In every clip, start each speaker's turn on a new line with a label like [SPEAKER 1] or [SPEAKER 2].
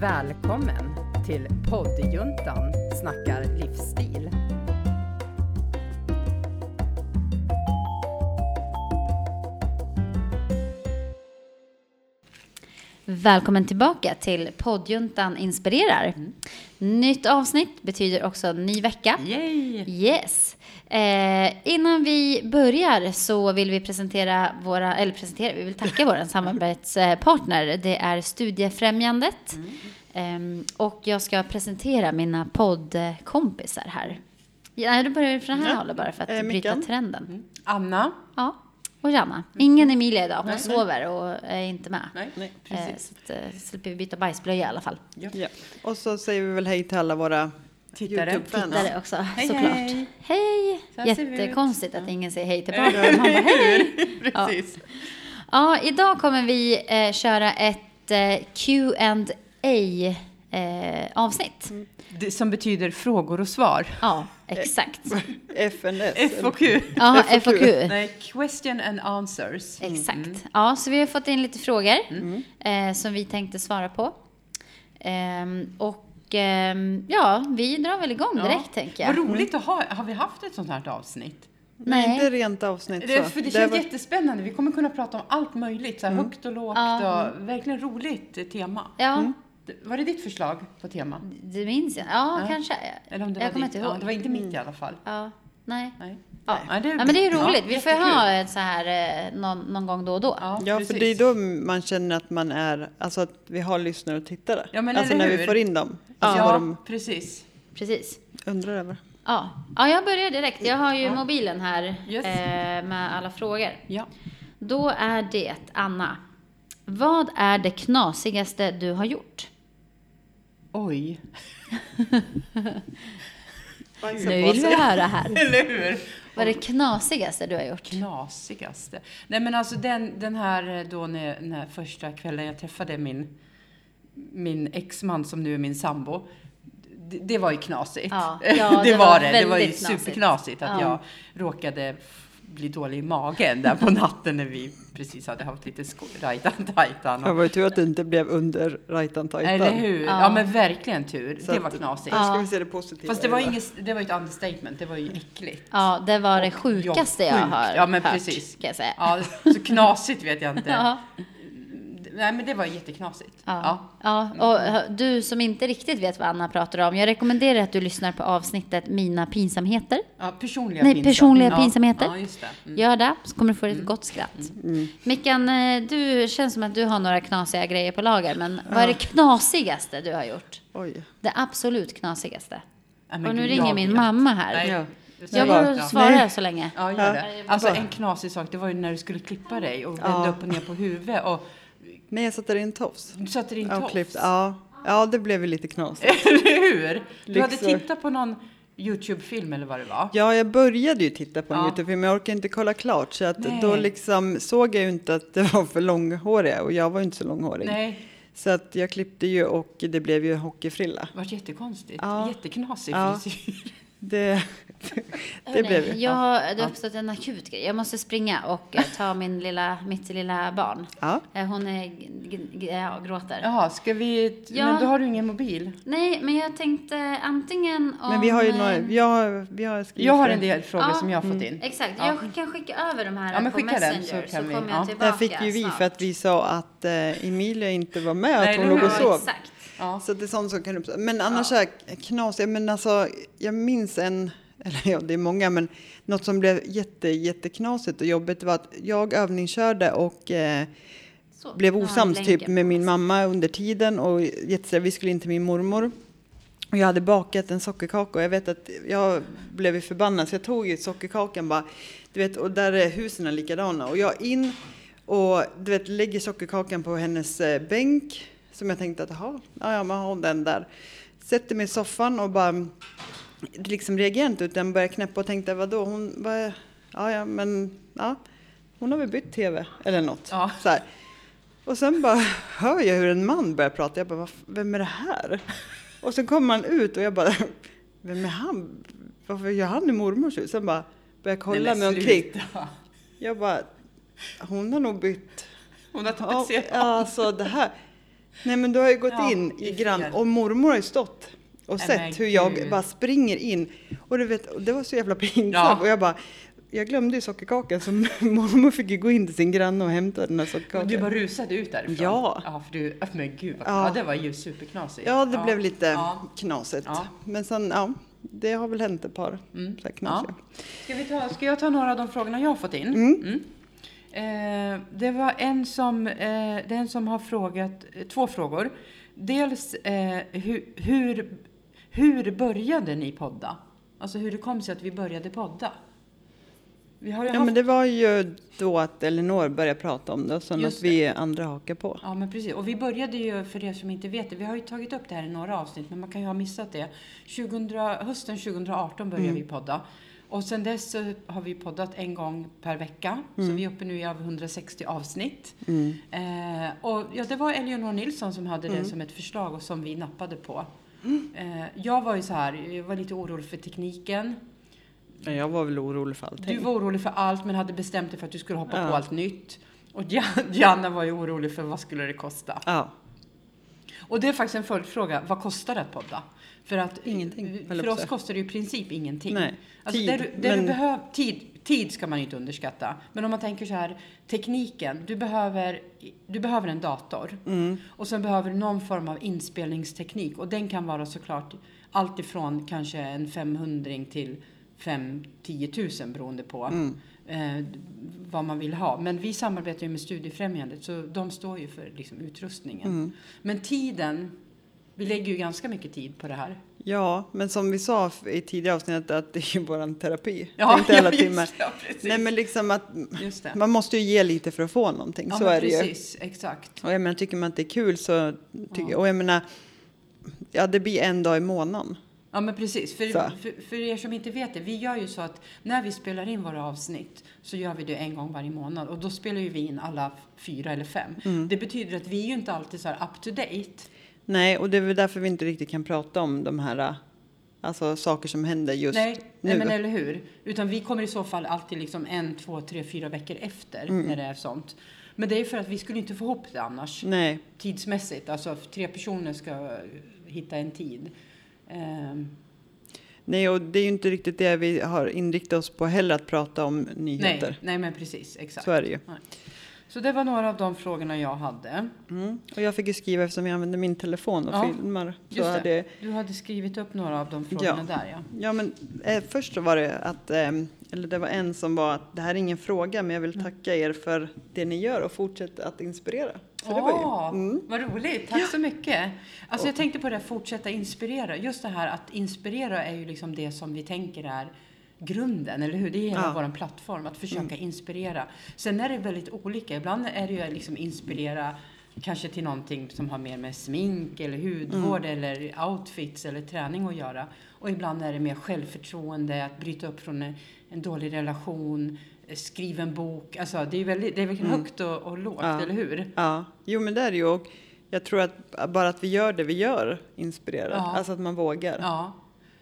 [SPEAKER 1] Välkommen till poddjuntan snackar livsstil.
[SPEAKER 2] Välkommen tillbaka till poddjuntan inspirerar.
[SPEAKER 3] Mm.
[SPEAKER 2] Nytt avsnitt betyder också ny vecka.
[SPEAKER 1] Yay!
[SPEAKER 2] Yes. Eh, innan vi börjar så vill vi presentera våra, eller presentera, vi vill tacka vår samarbetspartner. Det är Studiefrämjandet.
[SPEAKER 3] Mm.
[SPEAKER 2] Ehm, och jag ska presentera mina poddkompisar här. Ja, då börjar vi från här
[SPEAKER 3] Ja.
[SPEAKER 2] hållet bara för att
[SPEAKER 3] Eh,
[SPEAKER 2] bryta
[SPEAKER 3] Mickan.
[SPEAKER 2] trenden.
[SPEAKER 1] Anna,
[SPEAKER 2] Ja, och Janna. Ingen Emilia idag, hon
[SPEAKER 3] Nej, nej.
[SPEAKER 2] sover och är inte med.
[SPEAKER 1] Nej,
[SPEAKER 3] nej,
[SPEAKER 2] Eh,
[SPEAKER 3] precis.
[SPEAKER 2] Så att, eh, slipper vi byta bajsblöja i alla fall.
[SPEAKER 3] Ja. Och så säger vi väl hej till alla våra
[SPEAKER 1] Tittare.
[SPEAKER 3] YouTube-fans.
[SPEAKER 2] Där är också,
[SPEAKER 1] Hej,
[SPEAKER 2] såklart.
[SPEAKER 1] hej.
[SPEAKER 2] Hej!
[SPEAKER 1] Så här ser vi ut.
[SPEAKER 2] Jättekonstigt att ingen säger hej tillbaka. Man bara, hej!
[SPEAKER 3] Precis.
[SPEAKER 2] Ja, idag kommer vi eh, köra ett eh, Q&A eh, avsnitt.
[SPEAKER 1] det, som betyder frågor och svar.
[SPEAKER 2] Ja, exakt.
[SPEAKER 3] FNS.
[SPEAKER 1] FAQ.
[SPEAKER 2] Ja, FAQ.
[SPEAKER 1] Nej, question and answers. Mm.
[SPEAKER 2] Exakt. Ja, så vi har fått in lite frågor eh, som vi tänkte svara på. Ehm, och ehm, ja, vi drar väl igång direkt tänker jag.
[SPEAKER 1] Vad roligt att ha. Har vi haft ett sånt här avsnitt?
[SPEAKER 3] Nej.
[SPEAKER 2] Nej.
[SPEAKER 3] Inte rent avsnitt så.
[SPEAKER 1] Det, för det Mm.
[SPEAKER 3] Det
[SPEAKER 1] känns
[SPEAKER 3] var-
[SPEAKER 1] jättespännande. Vi kommer kunna prata om allt möjligt. Så här Högt och lågt
[SPEAKER 2] Ja.
[SPEAKER 1] och verkligen roligt tema.
[SPEAKER 2] Ja,
[SPEAKER 1] D- Var det ditt förslag på tema?
[SPEAKER 2] det minns jag. Ja,
[SPEAKER 1] Ja.
[SPEAKER 2] kanske.
[SPEAKER 1] Eller om det
[SPEAKER 2] jag
[SPEAKER 1] var
[SPEAKER 2] kommer
[SPEAKER 1] ditt?
[SPEAKER 2] inte
[SPEAKER 1] Ja,
[SPEAKER 2] ihåg. Mm.
[SPEAKER 1] det var inte mitt i alla fall.
[SPEAKER 2] Ja, nej.
[SPEAKER 1] Nej.
[SPEAKER 2] Ja.
[SPEAKER 1] Ja, det är,
[SPEAKER 2] Ja, men det är ju roligt.
[SPEAKER 1] Ja,
[SPEAKER 2] vi får ju
[SPEAKER 1] jättekul.
[SPEAKER 2] ha ett så här eh, någon, någon gång då och då.
[SPEAKER 1] Ja,
[SPEAKER 3] Ja, för
[SPEAKER 1] precis.
[SPEAKER 3] det är då man känner att man är, alltså att vi har lyssnare och tittare.
[SPEAKER 1] Ja, men
[SPEAKER 3] alltså
[SPEAKER 1] eller
[SPEAKER 3] när
[SPEAKER 1] hur?
[SPEAKER 3] vi får in dem. Alltså
[SPEAKER 1] Ja,
[SPEAKER 3] vad de
[SPEAKER 1] precis.
[SPEAKER 2] Precis.
[SPEAKER 3] undrar över.
[SPEAKER 2] Ja. ja, jag börjar direkt. Jag har ju
[SPEAKER 1] Ja.
[SPEAKER 2] mobilen här
[SPEAKER 1] Yes.
[SPEAKER 2] eh, med alla frågor.
[SPEAKER 1] Ja.
[SPEAKER 2] Då är det Anna. Vad är det knasigaste du har gjort?
[SPEAKER 1] Oj.
[SPEAKER 2] Nu vill vi höra här.
[SPEAKER 1] Eller hur?
[SPEAKER 2] Vad är det knasigaste du har gjort?
[SPEAKER 1] Knasigaste. Nej men alltså den, den här eh, då när, när första kvällen jag träffade min, min exman som nu är min sambo. Det, det var ju knasigt.
[SPEAKER 2] Ja, ja, det var
[SPEAKER 1] det. Det var ju
[SPEAKER 2] väldigt knasigt.
[SPEAKER 1] superknasigt att
[SPEAKER 2] Ja.
[SPEAKER 1] jag råkade f- bli dålig i magen där på natten när vi precis hade haft lite sko- rajtan-tajtan. och-
[SPEAKER 3] Det var ju tur att det inte blev under rajtan tajtan.
[SPEAKER 1] Eller hur? Ja.
[SPEAKER 2] Ja.
[SPEAKER 1] men verkligen tur.
[SPEAKER 3] Så
[SPEAKER 1] det
[SPEAKER 3] att-
[SPEAKER 1] var knasigt.
[SPEAKER 3] Då ska vi se det positiva.
[SPEAKER 1] Fast det var,
[SPEAKER 3] i
[SPEAKER 1] inget, det var ju ett understatement, det var ju äckligt.
[SPEAKER 2] Ja, det var det sjukaste jag
[SPEAKER 1] sjukt.
[SPEAKER 2] har
[SPEAKER 1] Ja, men
[SPEAKER 2] hört,
[SPEAKER 1] precis.
[SPEAKER 2] kan jag säga.
[SPEAKER 1] Ja, så knasigt vet jag inte.
[SPEAKER 2] Ja.
[SPEAKER 1] Nej men det var jätteknasigt.
[SPEAKER 2] Ja. ja, och hö- du som inte riktigt vet vad Anna pratar om, jag rekommenderar att du lyssnar på avsnittet Mina pinsamheter.
[SPEAKER 1] Ja, personliga
[SPEAKER 2] Nej,
[SPEAKER 1] pinsam-
[SPEAKER 2] personliga
[SPEAKER 1] ja.
[SPEAKER 2] pinsamheter.
[SPEAKER 1] Ja, just det. Mm.
[SPEAKER 2] Gör det, så kommer du få ett gott skratt. Mickan, eh, du känns som att du har några knasiga grejer på lager, men vad är det knasigaste du har gjort?
[SPEAKER 3] Oj.
[SPEAKER 2] Det absolut knasigaste.
[SPEAKER 1] Ja, men
[SPEAKER 2] Och nu
[SPEAKER 1] gud,
[SPEAKER 2] ringer
[SPEAKER 1] jag
[SPEAKER 2] min
[SPEAKER 1] vet.
[SPEAKER 2] mamma här.
[SPEAKER 1] Nej,
[SPEAKER 3] Ja.
[SPEAKER 1] det säger
[SPEAKER 2] Jag går och
[SPEAKER 1] inte.
[SPEAKER 2] svarar så länge.
[SPEAKER 1] Ja, gör det.
[SPEAKER 3] Ja.
[SPEAKER 1] Alltså en knasig sak, det var ju när du skulle klippa dig och vända upp och ner på huvudet och
[SPEAKER 3] Nej, jag satte det i en tofs.
[SPEAKER 1] du satte din
[SPEAKER 3] Ja,
[SPEAKER 1] tofs.
[SPEAKER 3] klippt. Ja. ja, det blev ju lite knasigt.
[SPEAKER 1] Eller hur? Du hade
[SPEAKER 3] Lyxor.
[SPEAKER 1] tittat på någon YouTube-film eller vad det var.
[SPEAKER 3] Ja, jag började ju titta på en
[SPEAKER 1] Ja.
[SPEAKER 3] Youtube-film, men jag orkade inte kolla klart. Så att
[SPEAKER 1] Nej.
[SPEAKER 3] då liksom såg jag ju inte att det var för långhåriga och jag var ju inte så långhårig.
[SPEAKER 1] Nej,
[SPEAKER 3] Så att jag klippte ju och det blev ju hockeyfrilla.
[SPEAKER 1] Det vart jättekonstigt.
[SPEAKER 3] Ja.
[SPEAKER 1] Jätteknasig
[SPEAKER 3] Ja.
[SPEAKER 1] frisyr.
[SPEAKER 3] Det, det blev ju.
[SPEAKER 2] Jag, har- det har uppstått en akut grej. Jag måste springa och eh, ta min lilla, mitt lilla barn.
[SPEAKER 3] Ja.
[SPEAKER 2] Eh, Hon är, g- g- ja, gråter.
[SPEAKER 1] Jaha, ska vi...
[SPEAKER 2] Ja.
[SPEAKER 1] Men då har du ingen mobil.
[SPEAKER 2] Nej, men jag tänkte antingen om...
[SPEAKER 3] Men vi har ju några,
[SPEAKER 2] eh,
[SPEAKER 3] vi har, vi har skrivit
[SPEAKER 1] Jag har
[SPEAKER 3] det.
[SPEAKER 1] en del frågor
[SPEAKER 2] Ja. Mm.
[SPEAKER 1] som jag har fått in.
[SPEAKER 2] Exakt,
[SPEAKER 1] Ja.
[SPEAKER 2] jag kan skicka över de här
[SPEAKER 1] Ja, men
[SPEAKER 2] på
[SPEAKER 1] skicka den,
[SPEAKER 2] Messenger så,
[SPEAKER 1] så kan vi-
[SPEAKER 2] kommer
[SPEAKER 1] ja.
[SPEAKER 2] jag tillbaka
[SPEAKER 3] Där fick ju vi
[SPEAKER 2] snart.
[SPEAKER 3] för att vi sa att eh, Emilia inte var med,
[SPEAKER 1] Nej,
[SPEAKER 3] att hon
[SPEAKER 1] det
[SPEAKER 3] låg
[SPEAKER 1] var
[SPEAKER 3] och sov.
[SPEAKER 2] Exakt.
[SPEAKER 1] Ja.
[SPEAKER 3] Så det är sånt som kan uppstå. Men annars så här knasiga, men alltså jag minns en, eller ja det är många, men något som blev jätte, jätteknasigt och jobbigt var att jag övningskörde och eh,
[SPEAKER 2] Så,
[SPEAKER 3] blev
[SPEAKER 2] nu har vi
[SPEAKER 3] osams typ
[SPEAKER 2] länken.
[SPEAKER 3] med min mamma under tiden och jättestressad, vi skulle in till min mormor. Och jag hade bakat en sockerkaka och jag vet att jag blev ju förbannad så jag tog ju sockerkakan bara, du vet, och där är husen likadana. Och jag in och du vet, lägger sockerkakan på hennes eh, bänk som jag tänkte att jaha, ja, ja man har den där. Sätter mig i soffan och bara liksom reagerade inte utan började knäppa och tänkte vadå, hon bara, ja ja men ja, hon har väl bytt tv eller något.
[SPEAKER 1] Ja.
[SPEAKER 3] Så här. Och sen bara hör jag hur en man börjar prata, jag bara "Vad f- vem är det här? Och sen kommer han ut och jag bara vem är han? Varför gör han i mormors hus? Sen bara börjar jag kolla
[SPEAKER 1] Nej, men
[SPEAKER 3] mig omkring.
[SPEAKER 1] sluta.
[SPEAKER 3] Jag bara hon har nog bytt
[SPEAKER 1] Hon har
[SPEAKER 3] Ja,
[SPEAKER 1] tapetserat.
[SPEAKER 3] alltså det här. Nej men du har ju gått
[SPEAKER 1] Ja,
[SPEAKER 3] in
[SPEAKER 1] i
[SPEAKER 3] i grann
[SPEAKER 1] fel.
[SPEAKER 3] och mormor har ju stått och
[SPEAKER 1] Nej, men
[SPEAKER 3] sett hur jag
[SPEAKER 1] gud.
[SPEAKER 3] bara springer in. Och du vet, och det var så jävla pinsamt.
[SPEAKER 1] Ja.
[SPEAKER 3] Och jag bara, jag glömde ju sockerkakan så mormor fick ju gå in till sin granne och hämta den här
[SPEAKER 1] Men
[SPEAKER 3] sockerkakan.
[SPEAKER 1] du bara rusade ut därifrån?
[SPEAKER 3] Ja.
[SPEAKER 1] Ja, för du, men gud vad, ja.
[SPEAKER 3] Ja.
[SPEAKER 1] det var ju superknasigt.
[SPEAKER 3] Ja, det blev lite
[SPEAKER 1] Ja.
[SPEAKER 3] knasigt.
[SPEAKER 1] Ja.
[SPEAKER 3] Men sen, ja, det har väl hänt ett par
[SPEAKER 1] Mm.
[SPEAKER 3] så här knasiga.
[SPEAKER 1] Ska, vi ta, ska jag ta några av de frågorna jag har fått in?
[SPEAKER 3] Mm.
[SPEAKER 1] Mm. Eh, det var en som, eh, det är en som har frågat eh, två frågor. Dels eh, hu, hur, hur började ni podda? Alltså hur det kom sig att vi började podda? Vi har ju
[SPEAKER 3] Ja,
[SPEAKER 1] haft,
[SPEAKER 3] men det var ju då att Elinor började prata om det och sen
[SPEAKER 1] Just
[SPEAKER 3] att vi andra hakar på.
[SPEAKER 1] ja men precis. Och vi började ju, för er som inte vet det, vi har ju tagit upp det här i några avsnitt men man kan ju ha missat det. 2000, hösten 2018 började vi podda. Och sen dess så har vi poddat en gång per vecka. Så vi är uppe nu i över 160 avsnitt.
[SPEAKER 3] Mm.
[SPEAKER 1] Eh, och ja, det var Eleonor Nilsson som hade det som ett förslag och som vi nappade på. Eh, jag var ju så här, jag var lite orolig för tekniken.
[SPEAKER 3] Ja, Jag var väl orolig för
[SPEAKER 1] Du
[SPEAKER 3] allting.
[SPEAKER 1] var orolig för allt men hade bestämt dig för att du skulle hoppa
[SPEAKER 3] Ja.
[SPEAKER 1] på allt nytt. Och Jan- Janna var ju orolig för vad skulle det kosta?
[SPEAKER 3] Ja,
[SPEAKER 1] Och det är faktiskt en följdfråga, vad kostar det att podda? För att
[SPEAKER 3] Ingenting, höll jag
[SPEAKER 1] för
[SPEAKER 3] på
[SPEAKER 1] oss
[SPEAKER 3] att säga.
[SPEAKER 1] kostar det ju i princip ingenting.
[SPEAKER 3] nej.
[SPEAKER 1] Alltså
[SPEAKER 3] Tid,
[SPEAKER 1] det du, det
[SPEAKER 3] men-
[SPEAKER 1] du behöver, tid, tid ska man ju inte underskatta. Men om man tänker så här, tekniken. Du behöver, du behöver en dator.
[SPEAKER 3] Mm.
[SPEAKER 1] Och sen behöver du någon form av inspelningsteknik. Och den kan vara såklart allt ifrån kanske en 500 till 5-10 000 beroende på
[SPEAKER 3] Mm.
[SPEAKER 1] eh, vad man vill ha. Men vi samarbetar ju med Studiefrämjandet så de står ju för liksom, utrustningen.
[SPEAKER 3] Mm.
[SPEAKER 1] Men tiden, vi lägger ju ganska mycket tid på det här.
[SPEAKER 3] Ja, men som vi sa f- i tidigare avsnitt att det är ju våran terapi.
[SPEAKER 1] Ja,
[SPEAKER 3] inte alla
[SPEAKER 1] just
[SPEAKER 3] timmar.
[SPEAKER 1] det, Ja, precis.
[SPEAKER 3] Nej, men liksom att
[SPEAKER 1] just det.
[SPEAKER 3] man måste ju ge lite för att få någonting. så
[SPEAKER 1] men
[SPEAKER 3] är det ju.
[SPEAKER 1] precis, exakt.
[SPEAKER 3] Och jag menar, tycker man att det är kul så tycker
[SPEAKER 1] Ja.
[SPEAKER 3] Och jag menar, ja, det blir en dag i månaden.
[SPEAKER 1] Ja, men precis. För,
[SPEAKER 3] Så.
[SPEAKER 1] för, för er som inte vet det, vi gör ju så att när vi spelar in våra avsnitt så gör vi det en gång varje månad och då spelar ju vi in alla fyra eller fem.
[SPEAKER 3] Mm.
[SPEAKER 1] Det betyder att vi är ju inte alltid så här up to date.
[SPEAKER 3] Nej, och det är väl därför vi inte riktigt kan prata om de här äh, alltså, saker som händer just
[SPEAKER 1] nej,
[SPEAKER 3] nu.
[SPEAKER 1] nej, men eller hur? Utan vi kommer i så fall alltid liksom en, två, tre, fyra veckor efter
[SPEAKER 3] Mm.
[SPEAKER 1] när det är sånt. Men det är ju för att vi skulle inte få ihop det annars.
[SPEAKER 3] Nej,
[SPEAKER 1] Tidsmässigt, alltså tre personer ska hitta en tid. Ehm,
[SPEAKER 3] nej, och det är ju inte riktigt det vi har inriktat oss på heller, att prata om nyheter.
[SPEAKER 1] nej, nej, men precis, exakt.
[SPEAKER 3] Så är det ju.
[SPEAKER 1] Så det var några av de frågorna jag hade.
[SPEAKER 3] Mm. Och jag fick ju skriva eftersom jag använder min telefon och
[SPEAKER 1] Ja,
[SPEAKER 3] filmar. Så
[SPEAKER 1] just det.
[SPEAKER 3] hade,
[SPEAKER 1] Du hade skrivit upp några av de frågorna
[SPEAKER 3] Ja.
[SPEAKER 1] där ja.
[SPEAKER 3] Ja, men eh, först så var det att, ehm, eller det var en som var att det här är ingen fråga, men jag
[SPEAKER 1] Mm.
[SPEAKER 3] vill tacka er för det ni gör och fortsätt att inspirera. Så det var
[SPEAKER 1] Åh,
[SPEAKER 3] ju, mm.
[SPEAKER 1] Ah, Vad roligt, tack så mycket. Alltså jag tänkte på det här, fortsätta inspirera. Just det här att inspirera är ju liksom det som vi tänker är grunden, eller hur? Det är hela
[SPEAKER 3] Ja. Mm.
[SPEAKER 1] vår plattform, att försöka inspirera. Sen är det väldigt olika. Ibland är det ju liksom inspirera kanske till någonting som har mer med smink eller hudvård
[SPEAKER 3] Mm.
[SPEAKER 1] eller outfits eller träning att göra. Och ibland är det mer självförtroende, att bryta upp från en, en dålig relation, eh, skriva en bok. Alltså det är väldigt, det är väldigt högt och, och lågt,
[SPEAKER 3] Mm. Ja.
[SPEAKER 1] eller hur?
[SPEAKER 3] Ja, jo men det är det ju. Och jag tror att bara att vi gör det vi gör inspirerar.
[SPEAKER 1] Ja.
[SPEAKER 3] Alltså att man vågar.
[SPEAKER 1] Ja.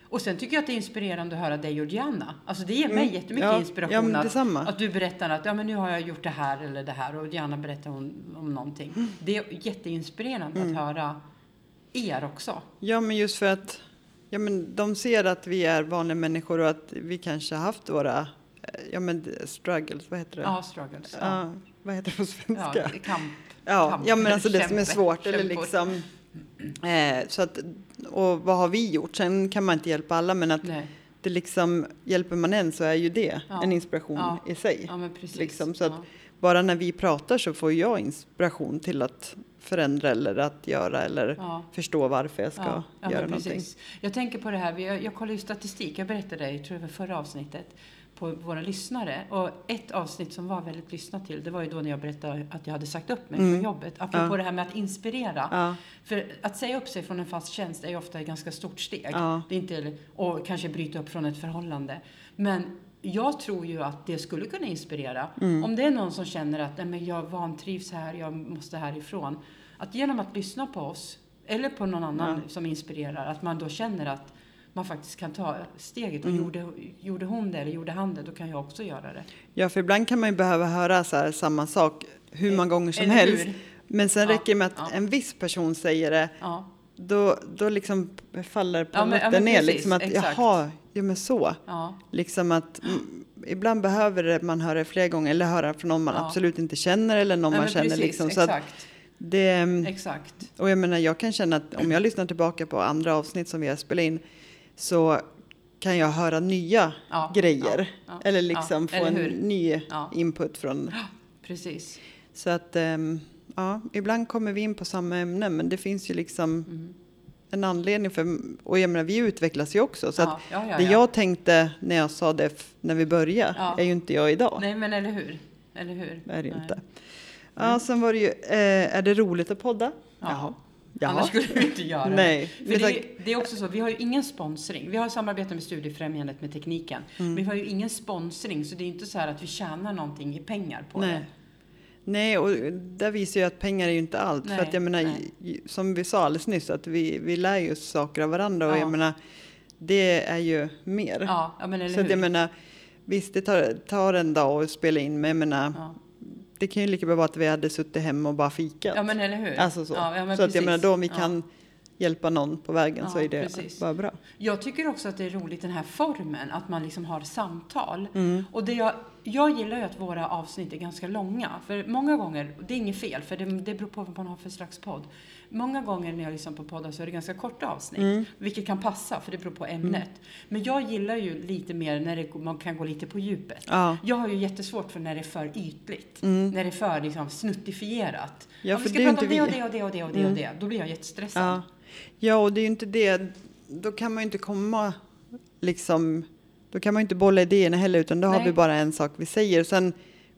[SPEAKER 1] Och sen tycker jag att det är inspirerande att höra dig och Diana. Alltså det ger mig
[SPEAKER 3] Mm.
[SPEAKER 1] jättemycket
[SPEAKER 3] Ja, ja,
[SPEAKER 1] inspiration
[SPEAKER 3] men
[SPEAKER 1] att,
[SPEAKER 3] detsamma.
[SPEAKER 1] att du berättar att ja, men nu har jag gjort det här eller det här och Diana berättar om, om någonting.
[SPEAKER 3] Mm.
[SPEAKER 1] Det är jätteinspirerande att höra er också.
[SPEAKER 3] Ja, men just för att ja, men de ser att vi är vanliga människor och att vi kanske har haft våra eh, ja, men struggles, vad heter det?
[SPEAKER 1] Ja, struggles. Ja.
[SPEAKER 3] Ja, vad heter det på
[SPEAKER 1] Ja,
[SPEAKER 3] svenska?
[SPEAKER 1] kamp.
[SPEAKER 3] Ja,
[SPEAKER 1] Kamper,
[SPEAKER 3] ja men alltså det som är
[SPEAKER 1] kämpe,
[SPEAKER 3] svårt eller
[SPEAKER 1] kämpor.
[SPEAKER 3] liksom. Eh, så att, och vad har vi gjort? Sen kan man inte hjälpa alla men att
[SPEAKER 1] Nej.
[SPEAKER 3] det liksom, hjälper man en så är ju det
[SPEAKER 1] Ja.
[SPEAKER 3] en inspiration
[SPEAKER 1] Ja.
[SPEAKER 3] i sig.
[SPEAKER 1] Ja, men precis.
[SPEAKER 3] Liksom, så att-
[SPEAKER 1] ja.
[SPEAKER 3] Bara när vi pratar så får jag inspiration till att förändra eller att göra eller
[SPEAKER 1] Ja.
[SPEAKER 3] förstå varför jag ska
[SPEAKER 1] men
[SPEAKER 3] göra
[SPEAKER 1] precis.
[SPEAKER 3] någonting.
[SPEAKER 1] Jag tänker på det här, vi- jag, jag kollar ju statistik, jag berättade i tror jag, var förra avsnittet på våra lyssnare och ett avsnitt som var väldigt lyssnat till det var ju då när jag berättade att jag hade sagt upp mig
[SPEAKER 3] Mm.
[SPEAKER 1] från jobbet. Apropå det här med att inspirera.
[SPEAKER 3] Ja.
[SPEAKER 1] För att säga upp sig från en fast tjänst är ju ofta ett ganska stort steg.
[SPEAKER 3] Ja.
[SPEAKER 1] Det är inte, och kanske bryta upp från ett förhållande. Men jag tror ju att det skulle kunna inspirera.
[SPEAKER 3] Mm.
[SPEAKER 1] Om det är någon som känner att Nej, men jag vantrivs här, jag måste härifrån. Att genom att lyssna på oss, eller på någon annan som inspirerar, att man då känner att man faktiskt kan ta steget. Och
[SPEAKER 3] Mm.
[SPEAKER 1] gjorde, gjorde hon det eller gjorde han det, då kan jag också göra det.
[SPEAKER 3] ja, för ibland kan man ju behöva höra så här, samma sak hur många gånger som
[SPEAKER 1] Eh, Eller
[SPEAKER 3] helst.
[SPEAKER 1] hur?
[SPEAKER 3] Men sen
[SPEAKER 1] Ja,
[SPEAKER 3] räcker det med att
[SPEAKER 1] ja.
[SPEAKER 3] en viss person säger det,
[SPEAKER 1] Ja,
[SPEAKER 3] då, då liksom faller
[SPEAKER 1] Ja, men- ja, men
[SPEAKER 3] paletten ner.
[SPEAKER 1] precis,
[SPEAKER 3] liksom att
[SPEAKER 1] exakt.
[SPEAKER 3] jaha, ja men så.
[SPEAKER 1] ja,
[SPEAKER 3] Liksom att mm, ibland behöver det- man höra det flera gånger eller höra från någon man
[SPEAKER 1] Ja.
[SPEAKER 3] absolut inte känner eller någon
[SPEAKER 1] Nej,
[SPEAKER 3] man
[SPEAKER 1] men
[SPEAKER 3] känner
[SPEAKER 1] precis,
[SPEAKER 3] liksom. Så att
[SPEAKER 1] Exakt,
[SPEAKER 3] det, mm,
[SPEAKER 1] exakt.
[SPEAKER 3] och jag menar, jag kan känna att om jag lyssnar tillbaka på andra avsnitt som vi har spelat in så kan jag höra nya
[SPEAKER 1] Ja,
[SPEAKER 3] grejer.
[SPEAKER 1] ja, ja,
[SPEAKER 3] eller liksom
[SPEAKER 1] ja,
[SPEAKER 3] få
[SPEAKER 1] eller
[SPEAKER 3] en
[SPEAKER 1] hur?
[SPEAKER 3] ny
[SPEAKER 1] Ja.
[SPEAKER 3] input från.
[SPEAKER 1] Precis.
[SPEAKER 3] Så att ehm, ja, ibland kommer vi in på samma ämne men det finns ju liksom
[SPEAKER 1] Mm.
[SPEAKER 3] en anledning för, och jag menar vi utvecklas ju också. Så att
[SPEAKER 1] ja, ja,
[SPEAKER 3] det
[SPEAKER 1] ja.
[SPEAKER 3] jag tänkte när jag sa det f- när vi började
[SPEAKER 1] Ja.
[SPEAKER 3] är ju inte jag idag.
[SPEAKER 1] Nej, men eller hur? Eller hur?
[SPEAKER 3] Det är det
[SPEAKER 1] Nej.
[SPEAKER 3] ju
[SPEAKER 1] Mm.
[SPEAKER 3] inte. Ja, sen var det ju, eh, är det roligt att podda?
[SPEAKER 1] Ja.
[SPEAKER 3] Jaha. Jaha.
[SPEAKER 1] Annars skulle vi inte göra
[SPEAKER 3] Nej,
[SPEAKER 1] det.
[SPEAKER 3] men
[SPEAKER 1] För det, är, det är också så, vi har ju ingen sponsring. Vi har samarbete med Studiefrämjandet med Tekniken.
[SPEAKER 3] Mm.
[SPEAKER 1] Men vi har ju ingen sponsring, så det är inte så här att vi tjänar någonting i pengar på
[SPEAKER 3] Nej.
[SPEAKER 1] det.
[SPEAKER 3] Nej, och där visar ju att pengar är ju inte allt.
[SPEAKER 1] Nej,
[SPEAKER 3] för att jag menar,
[SPEAKER 1] nej.
[SPEAKER 3] ju- som vi sa alldeles nyss, att vi, vi lär ju oss saker av varandra. Och
[SPEAKER 1] Ja.
[SPEAKER 3] jag menar, det är ju mer.
[SPEAKER 1] Ja, ja men eller
[SPEAKER 3] Så att
[SPEAKER 1] hur?
[SPEAKER 3] jag menar, visst det tar, tar en dag att spela in, men jag menar,
[SPEAKER 1] ja.
[SPEAKER 3] det kan ju lika bra vara att vi hade suttit hemma och bara fikat.
[SPEAKER 1] ja, men eller hur?
[SPEAKER 3] alltså så.
[SPEAKER 1] Ja, ja, men
[SPEAKER 3] så att jag
[SPEAKER 1] precis.
[SPEAKER 3] menar, då om vi
[SPEAKER 1] Ja.
[SPEAKER 3] kan hjälpa någon på vägen så
[SPEAKER 1] Ja,
[SPEAKER 3] är det
[SPEAKER 1] precis.
[SPEAKER 3] bara bra.
[SPEAKER 1] Jag tycker också att det är roligt den här formen, att man liksom har samtal.
[SPEAKER 3] Mm.
[SPEAKER 1] Och det jag, jag gillar ju att våra avsnitt är ganska långa. För många gånger, det är inget fel, för det, det beror på vad man har för slags podd. Många gånger när jag lyssnar på poddar så är det ganska korta avsnitt.
[SPEAKER 3] Mm.
[SPEAKER 1] Vilket kan passa, för det beror på ämnet. Men jag gillar ju lite mer när det, man kan gå lite på djupet.
[SPEAKER 3] Ja. Mm.
[SPEAKER 1] Jag har ju jättesvårt för när det är för ytligt. När det är för liksom, snuttifierat.
[SPEAKER 3] Ja,
[SPEAKER 1] Om
[SPEAKER 3] för
[SPEAKER 1] vi
[SPEAKER 3] det är
[SPEAKER 1] ska prata om
[SPEAKER 3] inte
[SPEAKER 1] det och
[SPEAKER 3] vi. Mm.
[SPEAKER 1] det och det och det och det. Och det. Då blir jag jättestressad.
[SPEAKER 3] Ja. ja, och det är ju inte det. Då kan man ju inte komma liksom. Då kan man ju inte bolla idéerna heller, utan då har
[SPEAKER 1] Nej.
[SPEAKER 3] vi bara en sak vi säger. Och sen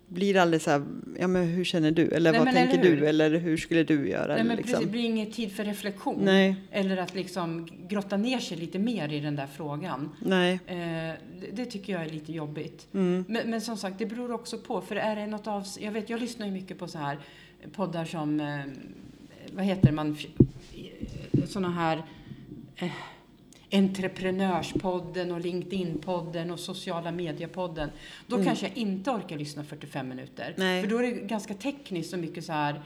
[SPEAKER 3] blir det aldrig så här, ja men hur känner du? Eller
[SPEAKER 1] Nej,
[SPEAKER 3] vad
[SPEAKER 1] men
[SPEAKER 3] tänker
[SPEAKER 1] eller hur?
[SPEAKER 3] du? Eller hur skulle du göra?
[SPEAKER 1] Nej, men
[SPEAKER 3] liksom.
[SPEAKER 1] precis, det blir ingen tid för reflektion.
[SPEAKER 3] Nej.
[SPEAKER 1] Eller att liksom grotta ner sig lite mer i den där frågan.
[SPEAKER 3] Nej. Mm.
[SPEAKER 1] Eh, det, det tycker jag är lite jobbigt. Men, men som sagt, det beror också på. För är det något av... Jag vet, jag lyssnar ju mycket på så här poddar som... Eh, vad heter man? Såna här... Eh, Entreprenörspodden och LinkedIn-podden och sociala mediepodden. Då kanske jag inte orkar lyssna 45 minuter.
[SPEAKER 3] Mm. Nej.
[SPEAKER 1] För då är det ganska tekniskt och mycket så här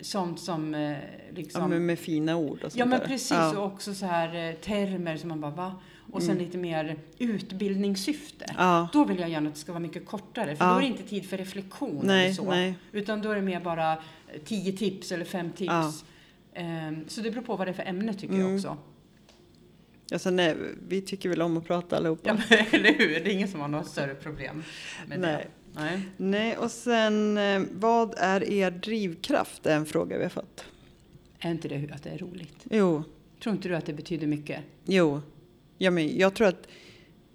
[SPEAKER 1] sånt som eh, liksom...
[SPEAKER 3] Ja, men med fina ord och sånt
[SPEAKER 1] Ja men
[SPEAKER 3] där.
[SPEAKER 1] precis,
[SPEAKER 3] Ja. Mm.
[SPEAKER 1] och också så här eh, termer som man bara va? Och sen lite mer utbildningssyfte.
[SPEAKER 3] Ja.
[SPEAKER 1] Då vill jag gärna att det ska vara mycket kortare för
[SPEAKER 3] Ja.
[SPEAKER 1] då är det inte tid för reflektion
[SPEAKER 3] Nej,
[SPEAKER 1] eller så.
[SPEAKER 3] nej.
[SPEAKER 1] Utan då är det mer bara eh, tio tips eller fem tips.
[SPEAKER 3] Ja.
[SPEAKER 1] Ehm, så det beror på vad det är för ämne tycker jag
[SPEAKER 3] Mm.
[SPEAKER 1] också.
[SPEAKER 3] Ja, sen är, vi tycker väl om att prata allihopa.
[SPEAKER 1] Ja, men, eller hur? Det är ingen som har något större problem med
[SPEAKER 3] Nej.
[SPEAKER 1] det. Nej.
[SPEAKER 3] Nej, och sen eh, vad är er drivkraft? är en fråga vi har fått.
[SPEAKER 1] Är inte det att det är roligt?
[SPEAKER 3] Jo,
[SPEAKER 1] Tror inte du att det betyder mycket?
[SPEAKER 3] Jo, ja, men jag tror att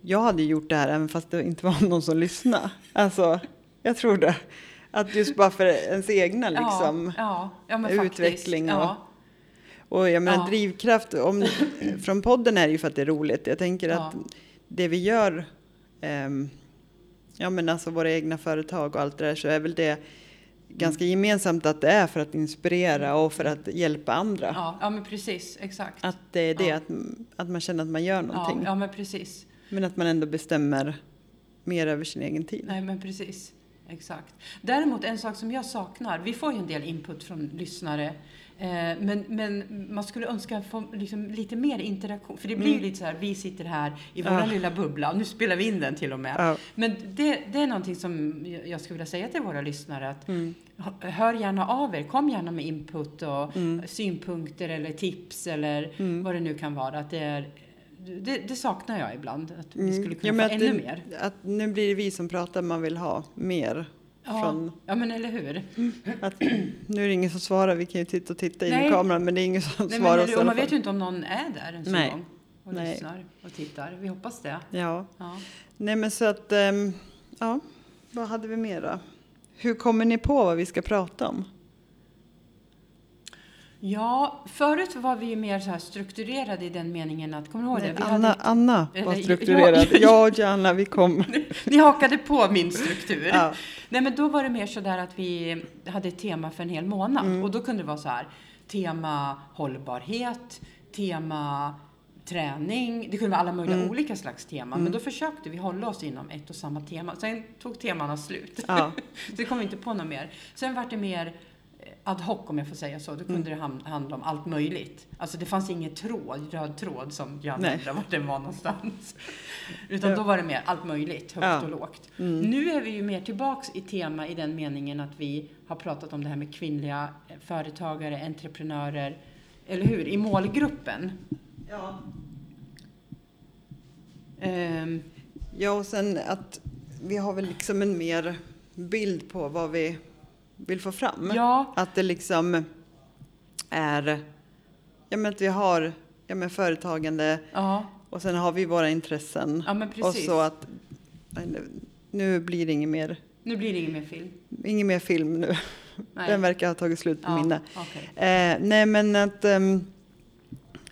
[SPEAKER 3] jag hade gjort det här även fast det inte var någon som lyssnade. Alltså, jag tror det. Att just bara för ens egna liksom.
[SPEAKER 1] Ja, ja, ja men faktiskt.
[SPEAKER 3] Utveckling och-
[SPEAKER 1] ja.
[SPEAKER 3] Och jag menar
[SPEAKER 1] Ja.
[SPEAKER 3] drivkraft, om, från podden är det ju för att det är roligt. Jag tänker att det vi gör, ehm, ja men alltså våra egna företag och allt det där, så är väl det
[SPEAKER 1] Mm.
[SPEAKER 3] ganska gemensamt att det är för att inspirera och för att hjälpa andra.
[SPEAKER 1] Ja, ja men precis, exakt.
[SPEAKER 3] Att det är det,
[SPEAKER 1] Ja.
[SPEAKER 3] att, att man känner att man gör någonting.
[SPEAKER 1] ja, ja men precis.
[SPEAKER 3] Men att man ändå bestämmer mer över sin egen tid.
[SPEAKER 1] Nej, men precis. Exakt. Däremot en sak som jag saknar, vi får ju en del input från lyssnare, eh, men, men man skulle önska få liksom lite mer interaktion. För det blir ju
[SPEAKER 3] Mm.
[SPEAKER 1] lite så här, vi sitter här i vår
[SPEAKER 3] Ja.
[SPEAKER 1] lilla bubbla, och nu spelar vi in den till och med.
[SPEAKER 3] Ja.
[SPEAKER 1] Men det, det är någonting som jag- jag skulle vilja säga till våra lyssnare att h- hör gärna av er, kom gärna med input och
[SPEAKER 3] Mm.
[SPEAKER 1] synpunkter eller tips eller vad det nu kan vara. Att det, är, det, det saknar jag ibland, att vi skulle kunna
[SPEAKER 3] Mm. men
[SPEAKER 1] få
[SPEAKER 3] att
[SPEAKER 1] ännu
[SPEAKER 3] det,
[SPEAKER 1] mer.
[SPEAKER 3] Att nu blir det vi som pratar, man vill ha mer.
[SPEAKER 1] Ja,
[SPEAKER 3] Från
[SPEAKER 1] ja men eller hur.
[SPEAKER 3] att, nu är det ingen som svarar, vi kan ju titta och titta in i
[SPEAKER 1] Nej.
[SPEAKER 3] kameran men det är ingen som
[SPEAKER 1] Nej, men,
[SPEAKER 3] svarar
[SPEAKER 1] eller,
[SPEAKER 3] oss i
[SPEAKER 1] hur? och
[SPEAKER 3] alla
[SPEAKER 1] man vet ju
[SPEAKER 3] fall.
[SPEAKER 1] inte om någon är där ens
[SPEAKER 3] Nej.
[SPEAKER 1] en gång och
[SPEAKER 3] Nej.
[SPEAKER 1] lyssnar och tittar. Vi hoppas det.
[SPEAKER 3] Ja,
[SPEAKER 1] Ja.
[SPEAKER 3] nej men så att, ehm, ja, vad hade vi mer då? Hur kommer ni på vad vi ska prata om?
[SPEAKER 1] ja, förut var vi ju mer så här strukturerade i den meningen att, kommer du ihåg
[SPEAKER 3] Nej,
[SPEAKER 1] det? Vi
[SPEAKER 3] Anna,
[SPEAKER 1] hade,
[SPEAKER 3] Anna var
[SPEAKER 1] Eller, ja,
[SPEAKER 3] strukturerad.
[SPEAKER 1] ja.
[SPEAKER 3] Jag och Anna, vi kom.
[SPEAKER 1] ni hakade på min struktur.
[SPEAKER 3] Ja.
[SPEAKER 1] Nej, men då var det mer så där att vi hade ett tema för en hel månad
[SPEAKER 3] Mm.
[SPEAKER 1] och då kunde det vara så här, tema hållbarhet, tema träning. Det kunde vara alla möjliga
[SPEAKER 3] Mm.
[SPEAKER 1] olika slags teman, men då försökte vi hålla oss inom ett och samma tema. Sen tog temana slut.
[SPEAKER 3] Ja.
[SPEAKER 1] Så det kom inte på något mer. Sen vart det mer eh, ad hoc om jag får säga så, då kunde
[SPEAKER 3] Mm.
[SPEAKER 1] det ham- handla om allt möjligt. Alltså det fanns ingen tråd, röd tråd som jag
[SPEAKER 3] Nej.
[SPEAKER 1] undrade vart den var någonstans. Utan
[SPEAKER 3] Ja.
[SPEAKER 1] då var det mer allt möjligt, högt
[SPEAKER 3] Ja.
[SPEAKER 1] och lågt.
[SPEAKER 3] Mm.
[SPEAKER 1] Nu är vi ju mer tillbaks i tema i den meningen att vi har pratat om det här med kvinnliga eh, företagare, entreprenörer, eller hur? I målgruppen.
[SPEAKER 3] Ja.
[SPEAKER 1] Ehm,
[SPEAKER 3] ja, och sen att vi har väl liksom en mer bild på vad vi vill få fram.
[SPEAKER 1] ja,
[SPEAKER 3] Att det liksom är, ja men att vi har ja, men företagande
[SPEAKER 1] ja,
[SPEAKER 3] och sen har vi våra intressen.
[SPEAKER 1] ja, men
[SPEAKER 3] och
[SPEAKER 1] precis.
[SPEAKER 3] så att, nej, nu- nu blir det inget mer,
[SPEAKER 1] Nu blir det ingen mer film.
[SPEAKER 3] ingen mer film nu.
[SPEAKER 1] Nej.
[SPEAKER 3] Den verkar ha tagit slut på
[SPEAKER 1] ja,
[SPEAKER 3] mina.
[SPEAKER 1] okej.
[SPEAKER 3] Eh, nej men att ehm,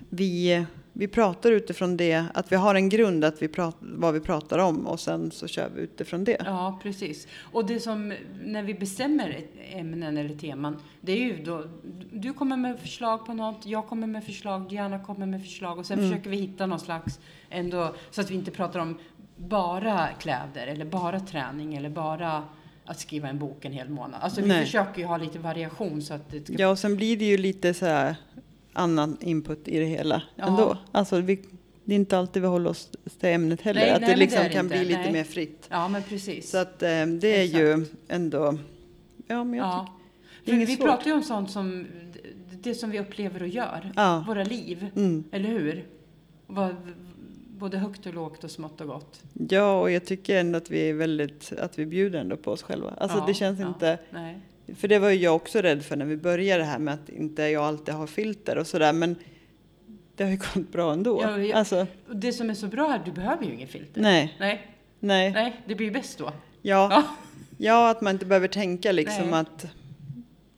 [SPEAKER 3] vi, vi pratar utifrån det, att vi har en grund att vi pratar, vad vi pratar om och sen så kör vi utifrån det.
[SPEAKER 1] Ja, precis. Och det som, när vi bestämmer ämnen eller teman, det är ju då, du kommer med förslag på något, jag kommer med förslag, Diana kommer med förslag och sen
[SPEAKER 3] Mm.
[SPEAKER 1] försöker vi hitta någon slags, ändå, så att vi inte pratar om bara kläder eller bara träning eller bara att skriva en bok en hel månad. Alltså vi
[SPEAKER 3] Nej.
[SPEAKER 1] försöker ju ha lite variation så att det ska...
[SPEAKER 3] Ja och sen blir det ju lite så här annan input i det hela
[SPEAKER 1] Ja.
[SPEAKER 3] ändå. Alltså vi, det är inte alltid vi håller oss till ämnet heller,
[SPEAKER 1] Nej,
[SPEAKER 3] att
[SPEAKER 1] nej,
[SPEAKER 3] det
[SPEAKER 1] men det
[SPEAKER 3] liksom
[SPEAKER 1] är det
[SPEAKER 3] kan
[SPEAKER 1] inte.
[SPEAKER 3] bli lite
[SPEAKER 1] Nej.
[SPEAKER 3] mer fritt.
[SPEAKER 1] Ja, men precis.
[SPEAKER 3] Så att eh, det är ju ändå, ja men jag
[SPEAKER 1] ja.
[SPEAKER 3] det är
[SPEAKER 1] För
[SPEAKER 3] inget
[SPEAKER 1] vi
[SPEAKER 3] svårt.
[SPEAKER 1] pratar ju om sånt som, det- det som vi upplever och gör.
[SPEAKER 3] Ja.
[SPEAKER 1] Våra liv.
[SPEAKER 3] tycker, mm.
[SPEAKER 1] Eller hur? Vad- Både högt och lågt och smått och gott.
[SPEAKER 3] ja och jag tycker ändå att vi är väldigt, att vi bjuder ändå på oss själva. Alltså
[SPEAKER 1] Ja,
[SPEAKER 3] det känns
[SPEAKER 1] ja.
[SPEAKER 3] inte
[SPEAKER 1] Nej.
[SPEAKER 3] För det var ju jag också rädd för när vi började det här med att inte jag alltid har filter och sådär. Men det har ju gått bra ändå.
[SPEAKER 1] Ja, vi-
[SPEAKER 3] Alltså,
[SPEAKER 1] Och det som är så bra är att du behöver ju ingen filter.
[SPEAKER 3] nej,
[SPEAKER 1] Nej,
[SPEAKER 3] nej.
[SPEAKER 1] nej, det blir ju bäst då.
[SPEAKER 3] Ja,
[SPEAKER 1] Ja.
[SPEAKER 3] ja, att man inte behöver tänka liksom
[SPEAKER 1] Nej.
[SPEAKER 3] att...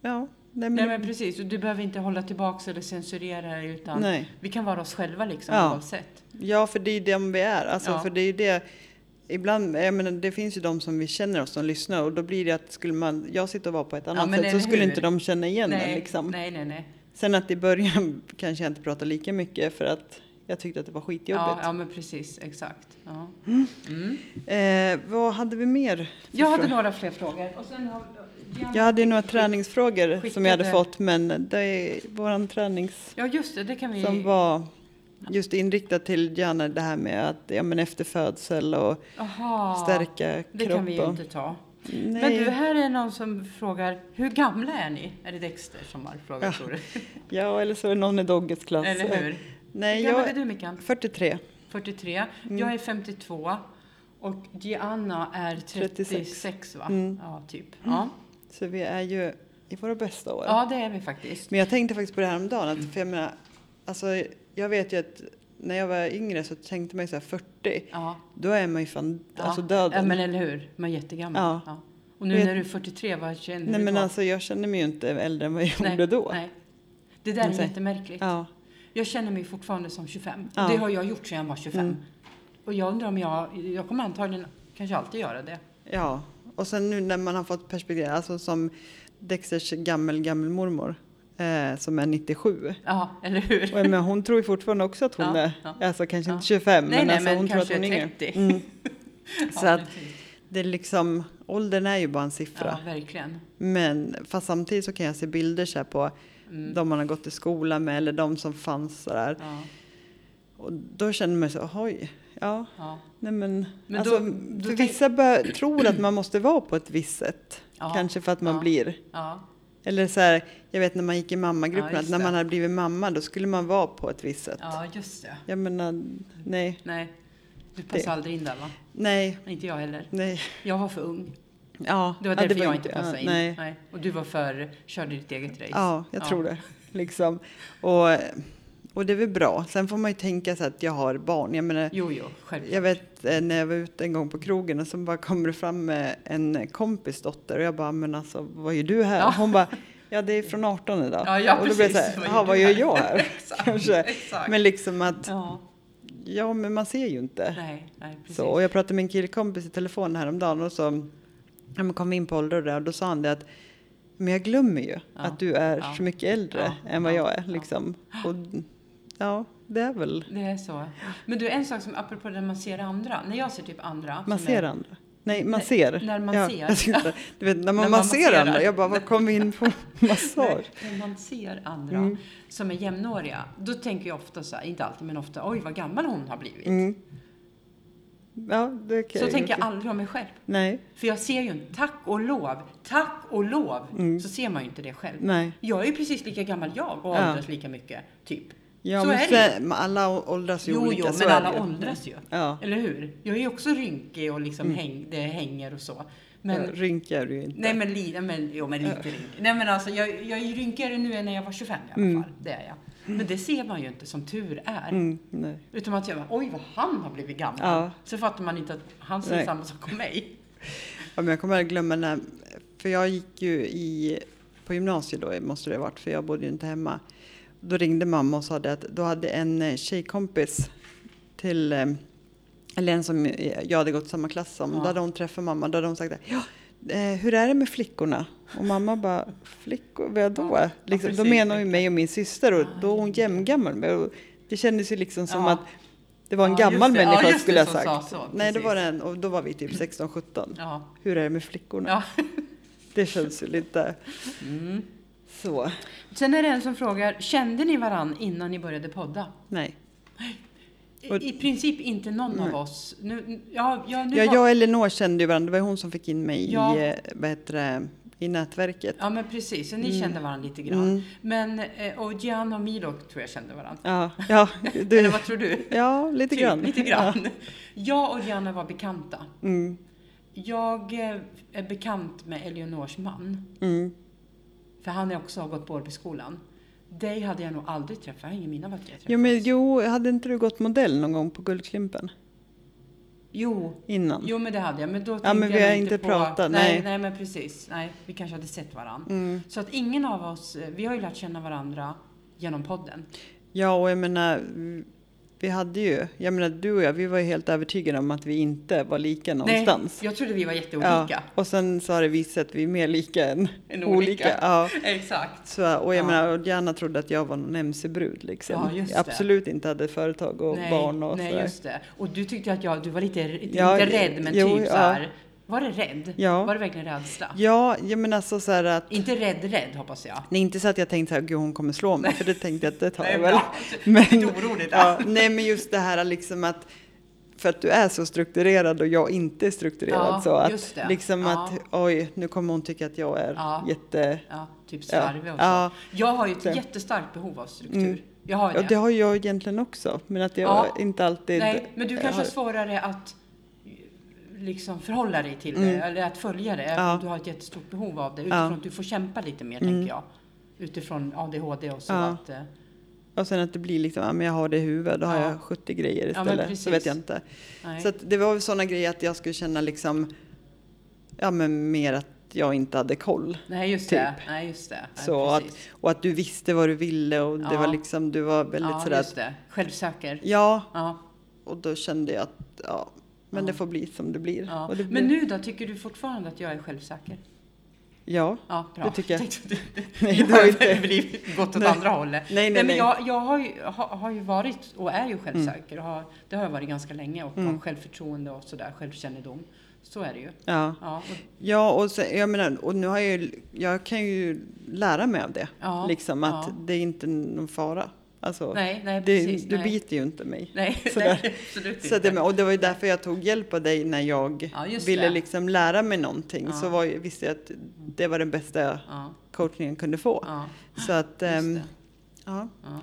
[SPEAKER 3] Ja, nej men...
[SPEAKER 1] Nej men precis, och du behöver inte hålla tillbaks eller censurera dig, utan
[SPEAKER 3] nej.
[SPEAKER 1] vi kan vara oss själva liksom
[SPEAKER 3] Ja.
[SPEAKER 1] oavsett.
[SPEAKER 3] Ja, för det är ju dem vi är. Alltså,
[SPEAKER 1] Ja.
[SPEAKER 3] för det är ju det... Ibland, jag menar, det finns ju de som vi känner och som lyssnar och då blir det att skulle man, jag sitter och vara på ett annat
[SPEAKER 1] men
[SPEAKER 3] sätt så
[SPEAKER 1] eller
[SPEAKER 3] skulle
[SPEAKER 1] hur?
[SPEAKER 3] inte de känna igen en
[SPEAKER 1] nej,
[SPEAKER 3] liksom.
[SPEAKER 1] nej, nej, nej.
[SPEAKER 3] Sen att i början kanske jag inte pratade lika mycket för att jag tyckte att det var skitjobbigt.
[SPEAKER 1] Ja, ja men precis, exakt. Ja. Mm.
[SPEAKER 3] Eh, vad hade vi mer? för
[SPEAKER 1] Jag hade
[SPEAKER 3] frågor?
[SPEAKER 1] några fler frågor. Och sen har,
[SPEAKER 3] jag hade ju några träningsfrågor som jag hade
[SPEAKER 1] skickade-
[SPEAKER 3] fått men det är våran tränings
[SPEAKER 1] Ja just det, det kan vi...
[SPEAKER 3] som var just inriktad till Diana det här med att ja, men efter födsel och
[SPEAKER 1] Aha,
[SPEAKER 3] stärka
[SPEAKER 1] det
[SPEAKER 3] kropp.
[SPEAKER 1] kan vi ju
[SPEAKER 3] och,
[SPEAKER 1] inte ta.
[SPEAKER 3] Nej.
[SPEAKER 1] Men du, här är någon som frågar, hur gamla är ni? Är det Dexter som har
[SPEAKER 3] Ja,
[SPEAKER 1] frågat tror du?
[SPEAKER 3] Ja, eller så är det någon i Doggets klass.
[SPEAKER 1] Eller hur?
[SPEAKER 3] Nej,
[SPEAKER 1] hur gammal är
[SPEAKER 3] jag Mm.
[SPEAKER 1] du Mikael?
[SPEAKER 3] 43.
[SPEAKER 1] 43. Jag är 52. Och Gianna är 36,
[SPEAKER 3] 36.
[SPEAKER 1] va?
[SPEAKER 3] Mm.
[SPEAKER 1] Ja, typ. Ja.
[SPEAKER 3] Så vi är ju i våra bästa år.
[SPEAKER 1] ja, Mm. det är vi faktiskt.
[SPEAKER 3] Men jag tänkte faktiskt på det här om dagen, att, för jag menar, alltså, jag vet ju att när jag var yngre så tänkte man ju så här 40,
[SPEAKER 1] Ja,
[SPEAKER 3] då är man ju fan
[SPEAKER 1] ja.
[SPEAKER 3] alltså döden.
[SPEAKER 1] Ja, men eller hur? Man är jättegammal.
[SPEAKER 3] Ja.
[SPEAKER 1] Och nu
[SPEAKER 3] Men-
[SPEAKER 1] när du är 43, vad känner
[SPEAKER 3] Nej
[SPEAKER 1] du
[SPEAKER 3] men
[SPEAKER 1] då?
[SPEAKER 3] alltså jag känner mig ju inte äldre än vad jag
[SPEAKER 1] Nej,
[SPEAKER 3] gjorde då.
[SPEAKER 1] Nej. Det där är
[SPEAKER 3] Men så-
[SPEAKER 1] jättemärkligt.
[SPEAKER 3] Ja.
[SPEAKER 1] Jag känner mig fortfarande som 25.
[SPEAKER 3] Ja.
[SPEAKER 1] Och det har jag gjort sedan jag var 25.
[SPEAKER 3] Mm.
[SPEAKER 1] Och jag undrar om jag... Jag kommer antagligen kanske alltid göra det.
[SPEAKER 3] ja. Och sen nu när man har fått perspektiv, alltså som Dexters gammel gammelmormor eh, som är 97.
[SPEAKER 1] Ja, eller hur?
[SPEAKER 3] Och jag menar, hon tror ju fortfarande också att hon
[SPEAKER 1] Ja,
[SPEAKER 3] är,
[SPEAKER 1] ja.
[SPEAKER 3] alltså kanske
[SPEAKER 1] Ja.
[SPEAKER 3] inte 25
[SPEAKER 1] nej,
[SPEAKER 3] men,
[SPEAKER 1] nej,
[SPEAKER 3] alltså,
[SPEAKER 1] men
[SPEAKER 3] hon tror att
[SPEAKER 1] kanske
[SPEAKER 3] hon är yngre.
[SPEAKER 1] 30.
[SPEAKER 3] Mm. Så
[SPEAKER 1] Ja,
[SPEAKER 3] att
[SPEAKER 1] precis.
[SPEAKER 3] det är liksom, åldern är ju bara en
[SPEAKER 1] Ja,
[SPEAKER 3] siffra.
[SPEAKER 1] verkligen.
[SPEAKER 3] Men fast samtidigt så kan jag se bilder så här på
[SPEAKER 1] Mm.
[SPEAKER 3] de man har gått i skola med eller de som fanns sådär.
[SPEAKER 1] Ja,
[SPEAKER 3] Och då känner man så, oj, ja.
[SPEAKER 1] ja,
[SPEAKER 3] Nej men,
[SPEAKER 1] Men
[SPEAKER 3] alltså,
[SPEAKER 1] då- då
[SPEAKER 3] för
[SPEAKER 1] tänk-
[SPEAKER 3] vissa bör, tror att man måste vara på ett visst sätt.
[SPEAKER 1] Ja,
[SPEAKER 3] Kanske för att man
[SPEAKER 1] ja.
[SPEAKER 3] blir.
[SPEAKER 1] ja.
[SPEAKER 3] Eller så här, jag vet när man gick i
[SPEAKER 1] Ja,
[SPEAKER 3] mammagruppen
[SPEAKER 1] just
[SPEAKER 3] att när
[SPEAKER 1] det.
[SPEAKER 3] man hade blivit mamma då skulle man vara på ett visst sätt.
[SPEAKER 1] ja, just det.
[SPEAKER 3] Jag menar, nej,
[SPEAKER 1] Nej, du passar
[SPEAKER 3] Det-
[SPEAKER 1] aldrig in där va?
[SPEAKER 3] nej,
[SPEAKER 1] Inte jag heller.
[SPEAKER 3] nej.
[SPEAKER 1] Jag var för ung.
[SPEAKER 3] Ja,
[SPEAKER 1] Det var
[SPEAKER 3] ja,
[SPEAKER 1] därför jag inte passade
[SPEAKER 3] ja,
[SPEAKER 1] in.
[SPEAKER 3] Nej.
[SPEAKER 1] Och du var för, körde ditt eget race.
[SPEAKER 3] Ja, jag
[SPEAKER 1] Ja.
[SPEAKER 3] tror det. Liksom. Och, och det är väl bra. Sen får man ju tänka sig att jag har barn. Jag menar,
[SPEAKER 1] Jo, jo, självklart.
[SPEAKER 3] Jag vet eh, när jag var ute en gång på krogen och så bara kommer det fram eh, en kompis dotter och jag bara, men alltså vad gör du här?
[SPEAKER 1] Ja.
[SPEAKER 3] Hon bara, ja det är från 18 idag.
[SPEAKER 1] Ja, ja,
[SPEAKER 3] och då blir det så
[SPEAKER 1] precis.
[SPEAKER 3] här,
[SPEAKER 1] Vad
[SPEAKER 3] "Jaha,
[SPEAKER 1] gör
[SPEAKER 3] vad
[SPEAKER 1] du
[SPEAKER 3] gör
[SPEAKER 1] här?"
[SPEAKER 3] jag här?
[SPEAKER 1] Exakt,
[SPEAKER 3] Kanske.
[SPEAKER 1] Exakt.
[SPEAKER 3] Men liksom att,
[SPEAKER 1] Ja,
[SPEAKER 3] ja men man ser ju inte.
[SPEAKER 1] nej, nej, precis.
[SPEAKER 3] Så, och jag pratade med en killkompis i telefon häromdagen och så ja, men kom vi in på ålder och, det, och då sa han det att, men jag glömmer ju att du är
[SPEAKER 1] Ja.
[SPEAKER 3] så mycket äldre
[SPEAKER 1] Ja.
[SPEAKER 3] än vad
[SPEAKER 1] Ja.
[SPEAKER 3] jag är.
[SPEAKER 1] Ja.
[SPEAKER 3] Liksom. Och, ja, det är väl,
[SPEAKER 1] Det är så. Men du, en sak som apropå när man ser andra. När jag ser typ andra.
[SPEAKER 3] man
[SPEAKER 1] som är,
[SPEAKER 3] ser andra. Nej, masser.
[SPEAKER 1] när man
[SPEAKER 3] ja,
[SPEAKER 1] ser.
[SPEAKER 3] jag tänkte, du vet, när man
[SPEAKER 1] När man
[SPEAKER 3] masserar
[SPEAKER 1] masserar.
[SPEAKER 3] andra. Jag bara, vad kom vi in på massage?
[SPEAKER 1] När man ser andra
[SPEAKER 3] Mm.
[SPEAKER 1] som är jämnåriga, då tänker jag ofta så här, inte alltid men ofta, oj vad gammal hon har blivit.
[SPEAKER 3] Mm. Ja, det kan
[SPEAKER 1] Så tänker
[SPEAKER 3] gjort.
[SPEAKER 1] jag aldrig om mig själv.
[SPEAKER 3] Nej,
[SPEAKER 1] För jag ser ju inte, tack och lov, tack och lov,
[SPEAKER 3] Mm.
[SPEAKER 1] så ser man ju inte det själv.
[SPEAKER 3] nej.
[SPEAKER 1] Jag är ju precis lika gammal jag och
[SPEAKER 3] Mm. Ja.
[SPEAKER 1] åldras lika mycket, typ.
[SPEAKER 3] Ja,
[SPEAKER 1] Så
[SPEAKER 3] men
[SPEAKER 1] är det ju.
[SPEAKER 3] sen- men alla å- åldras ju
[SPEAKER 1] Jo,
[SPEAKER 3] olika.
[SPEAKER 1] jo,
[SPEAKER 3] så
[SPEAKER 1] men
[SPEAKER 3] är det
[SPEAKER 1] alla
[SPEAKER 3] ju.
[SPEAKER 1] åldras ju.
[SPEAKER 3] Ja,
[SPEAKER 1] Eller hur? Jag är ju också rynkig och liksom häng, det hänger och så. Men,
[SPEAKER 3] ja, rynka är Eh, du ju inte.
[SPEAKER 1] nej men lite, men, jo men lite rynkig. Nej men alltså, jag, jag är ju rynkigare nu än när jag var 25 i alla fall. Det är jag. Men det ser man ju inte, som tur är.
[SPEAKER 3] Mm, nej.
[SPEAKER 1] Utan att jag bara, oj vad han har blivit gammal.
[SPEAKER 3] Ja.
[SPEAKER 1] Så fattar man inte att han
[SPEAKER 3] Nej.
[SPEAKER 1] ser samma sak om mig.
[SPEAKER 3] Ja, men jag kommer aldrig glömma när, för jag gick ju i, på gymnasiet då, måste det ha varit, för jag bodde ju inte hemma. Då ringde mamma och sa det att då hade en eh, tjejkompis till, eh, eller en som eh, jag hade gått samma klass som, då
[SPEAKER 1] Ja.
[SPEAKER 3] hade hon träffat mamma, då hade hon sagt att, ja, eh, hur är det med flickorna? Och mamma bara, flickor, vadå?
[SPEAKER 1] Ja,
[SPEAKER 3] liksom, då
[SPEAKER 1] precis.
[SPEAKER 3] menar hon ju mig och min syster och då är hon jämngammal med och Det kändes ju liksom som
[SPEAKER 1] Ja.
[SPEAKER 3] att det var en
[SPEAKER 1] Ja,
[SPEAKER 3] gammal
[SPEAKER 1] just det. Ja,
[SPEAKER 3] människa
[SPEAKER 1] just det
[SPEAKER 3] skulle jag
[SPEAKER 1] som
[SPEAKER 3] sagt.
[SPEAKER 1] sa så,
[SPEAKER 3] Nej, då
[SPEAKER 1] precis.
[SPEAKER 3] var det en, och då var vi typ 16-17.
[SPEAKER 1] Ja.
[SPEAKER 3] Hur är det med flickorna?
[SPEAKER 1] ja.
[SPEAKER 3] Det känns ju lite så.
[SPEAKER 1] Mm. Sen är det en som frågar, kände ni varann innan ni började podda?
[SPEAKER 3] Nej.
[SPEAKER 1] I,
[SPEAKER 3] Och-
[SPEAKER 1] i princip inte någon av oss. Nu, ja, ja, nu
[SPEAKER 3] Ja,
[SPEAKER 1] var-
[SPEAKER 3] jag och Elinor kände ju varandra. Det var ju hon som fick in mig
[SPEAKER 1] Ja.
[SPEAKER 3] i, eh, vad heter det, i nätverket.
[SPEAKER 1] ja, men precis. Så ni
[SPEAKER 3] Mm.
[SPEAKER 1] kände varandra lite grann. Men, eh, och Gian och Milo tror jag kände varandra.
[SPEAKER 3] Ja, ja,
[SPEAKER 1] Eller
[SPEAKER 3] du,
[SPEAKER 1] vad tror du?
[SPEAKER 3] ja lite
[SPEAKER 1] Typ,
[SPEAKER 3] grann.
[SPEAKER 1] Lite grann. Jag och Gianna var bekanta.
[SPEAKER 3] Ja, mm,
[SPEAKER 1] Jag eh, är bekant med Eleonors man,
[SPEAKER 3] mm.
[SPEAKER 1] för han har också gått på Årbyskolan. Dig hade jag nog aldrig träffat, jag har ingen minne av att jag träffat.
[SPEAKER 3] Jo, men jo, hade inte du gått modell någon gång på Guldklimpen
[SPEAKER 1] jo,
[SPEAKER 3] innan?
[SPEAKER 1] Jo, men det hade jag. Men då tänkte
[SPEAKER 3] men vi
[SPEAKER 1] jag
[SPEAKER 3] har inte
[SPEAKER 1] på...
[SPEAKER 3] pratat, nej.
[SPEAKER 1] Nej, nej, men precis. Nej, vi kanske hade sett varandra.
[SPEAKER 3] Mm.
[SPEAKER 1] Så att ingen av oss, eh, vi har ju lärt känna varandra genom podden.
[SPEAKER 3] Ja, och jag menar, vi hade ju, jag menar du och jag, vi var ju helt övertygade om att vi inte var lika någonstans.
[SPEAKER 1] Nej, jag trodde vi var jätteolika.
[SPEAKER 3] och sen så har det visat sig att vi är mer lika än,
[SPEAKER 1] Än
[SPEAKER 3] olika.
[SPEAKER 1] olika.
[SPEAKER 3] Ja.
[SPEAKER 1] Exakt.
[SPEAKER 3] Så, och jag
[SPEAKER 1] Ja.
[SPEAKER 3] menar, och Diana trodde att jag var någon mc-brud liksom.
[SPEAKER 1] Ja, just
[SPEAKER 3] jag
[SPEAKER 1] det.
[SPEAKER 3] absolut inte hade företag och barn och
[SPEAKER 1] nej
[SPEAKER 3] sådär.
[SPEAKER 1] just det. Och du tyckte att jag, du var lite, lite
[SPEAKER 3] Ja,
[SPEAKER 1] inte rädd, men
[SPEAKER 3] jo,
[SPEAKER 1] typ
[SPEAKER 3] ja.
[SPEAKER 1] så här. Var det rädd?
[SPEAKER 3] Ja.
[SPEAKER 1] Var det verkligen rädsla?
[SPEAKER 3] Ja, jag menar så, så här att...
[SPEAKER 1] Inte rädd, rädd hoppas jag.
[SPEAKER 3] Nej, inte så att jag tänkte så här, gud hon kommer slå mig, för det tänkte jag att det tar
[SPEAKER 1] Nej,
[SPEAKER 3] jag
[SPEAKER 1] bra.
[SPEAKER 3] väl.
[SPEAKER 1] Lite oroligt,
[SPEAKER 3] ja,
[SPEAKER 1] ja.
[SPEAKER 3] Nej, men just det här liksom att för att du är så strukturerad och jag inte är strukturerad
[SPEAKER 1] Ja,
[SPEAKER 3] så att
[SPEAKER 1] just det.
[SPEAKER 3] liksom
[SPEAKER 1] Ja.
[SPEAKER 3] att oj, nu kommer hon tycka att jag är
[SPEAKER 1] Ja.
[SPEAKER 3] jätte...
[SPEAKER 1] Ja, typ
[SPEAKER 3] Ja.
[SPEAKER 1] slarvig och så.
[SPEAKER 3] Ja.
[SPEAKER 1] Jag har ju ett
[SPEAKER 3] Det.
[SPEAKER 1] jättestarkt behov av struktur. Jag har ju
[SPEAKER 3] Mm. Ja, det har jag egentligen också, men att jag
[SPEAKER 1] Ja.
[SPEAKER 3] inte alltid...
[SPEAKER 1] Nej, men du kanske
[SPEAKER 3] har-
[SPEAKER 1] har svårare att liksom förhålla dig till det eller att följa det.
[SPEAKER 3] Mm. Ja.
[SPEAKER 1] Ja. Du har ett jättestort behov av det utifrån
[SPEAKER 3] Ja. Mm.
[SPEAKER 1] att du får kämpa lite mer, tänker jag. Utifrån ADHD och så.
[SPEAKER 3] Ja.
[SPEAKER 1] Att, eh,
[SPEAKER 3] Och sen att det blir liksom, ja men jag har det i huvudet, då har
[SPEAKER 1] Ja.
[SPEAKER 3] jag 70 grejer
[SPEAKER 1] men
[SPEAKER 3] istället. så
[SPEAKER 1] precis.
[SPEAKER 3] vet jag inte.
[SPEAKER 1] nej.
[SPEAKER 3] Så att det var sådana grejer att jag skulle känna liksom, ja men mer att jag inte hade koll.
[SPEAKER 1] nej, just
[SPEAKER 3] typ.
[SPEAKER 1] det. Nej, just det. Nej,
[SPEAKER 3] Så att,
[SPEAKER 1] precis.
[SPEAKER 3] och att du visste vad du ville och det
[SPEAKER 1] Ja.
[SPEAKER 3] var liksom, du var väldigt sådär.
[SPEAKER 1] ja,
[SPEAKER 3] Att,
[SPEAKER 1] just det. Självsäker.
[SPEAKER 3] ja,
[SPEAKER 1] Ja,
[SPEAKER 3] och då kände jag att, ja, men det får bli som det blir.
[SPEAKER 1] ja.
[SPEAKER 3] Och det blir
[SPEAKER 1] Men nu då, tycker du fortfarande att jag är självsäker?
[SPEAKER 3] ja.
[SPEAKER 1] Ja, bra.
[SPEAKER 3] Det tycker jag.
[SPEAKER 1] Tänkte att det-
[SPEAKER 3] Nej,
[SPEAKER 1] jag
[SPEAKER 3] det har
[SPEAKER 1] har
[SPEAKER 3] inte-
[SPEAKER 1] blivit gått åt
[SPEAKER 3] Nej.
[SPEAKER 1] andra hållet.
[SPEAKER 3] Nej, nej, nej. Mm.
[SPEAKER 1] men jag, jag har, ju, har, har ju varit och är ju självsäker. Och har, det har jag varit ganska länge och har självförtroende och sådär, självkännedom. Så är det ju.
[SPEAKER 3] Ja,
[SPEAKER 1] Ja, och,
[SPEAKER 3] ja och, sen, jag menar, och nu har jag ju, jag kan ju lära mig av det.
[SPEAKER 1] Ja,
[SPEAKER 3] Liksom att
[SPEAKER 1] ja.
[SPEAKER 3] det är inte någon fara. Alltså,
[SPEAKER 1] nej, nej,
[SPEAKER 3] det,
[SPEAKER 1] precis.
[SPEAKER 3] du
[SPEAKER 1] nej.
[SPEAKER 3] biter ju inte mig.
[SPEAKER 1] Nej,
[SPEAKER 3] sådär.
[SPEAKER 1] nej absolut
[SPEAKER 3] Så
[SPEAKER 1] inte.
[SPEAKER 3] att, jag men- och det var ju därför jag tog hjälp av dig när jag
[SPEAKER 1] Ja, just
[SPEAKER 3] ville
[SPEAKER 1] det.
[SPEAKER 3] liksom lära mig någonting.
[SPEAKER 1] Ja.
[SPEAKER 3] Så var, ju- visste jag att det var den bästa
[SPEAKER 1] ja,
[SPEAKER 3] coachningen kunde få.
[SPEAKER 1] ja,
[SPEAKER 3] Så att, ehm,
[SPEAKER 1] det.
[SPEAKER 3] ja.
[SPEAKER 1] ja.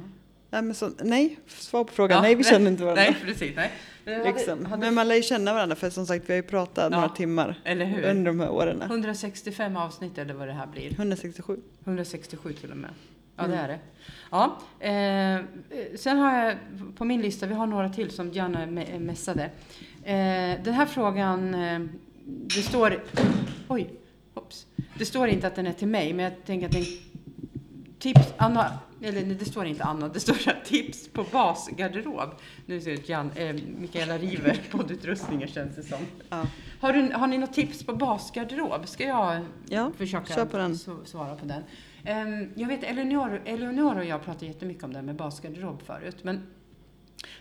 [SPEAKER 3] Nej, men så, nej, svar på frågan.
[SPEAKER 1] Ja,
[SPEAKER 3] nej, vi
[SPEAKER 1] nej,
[SPEAKER 3] känner inte varandra.
[SPEAKER 1] Nej, precis. Nej. Men hade-
[SPEAKER 3] liksom.
[SPEAKER 1] hade-
[SPEAKER 3] Men man lär ju känna varandra för som sagt, vi har ju pratat några timmar
[SPEAKER 1] eller hur?
[SPEAKER 3] under de här åren.
[SPEAKER 1] 165 avsnitt eller vad det här blir.
[SPEAKER 3] 167.
[SPEAKER 1] 167 till och med. Ja, det är det. Ja, eh, eh, sen har jag på min lista, vi har några till som Janne me- messade. Eh, den här frågan, eh, det står... Oj, hopps. Det står inte att den är till mig, men jag tänker att den... Tips, Anna, eller nej, det står inte Anna, det står så här, tips på basgarderob. Nu ser det ut Jan, eh, Mikaela river poddutrustningar känns det som.
[SPEAKER 3] Ja.
[SPEAKER 1] Har, du, har ni något tips på basgarderob? Ska jag
[SPEAKER 3] Ja,
[SPEAKER 1] försöka
[SPEAKER 3] kör på den.
[SPEAKER 1] s- svara på den. Ehm, jag vet Eleonor, Eleonor och jag pratade jättemycket om det här med basgarderob förut. Men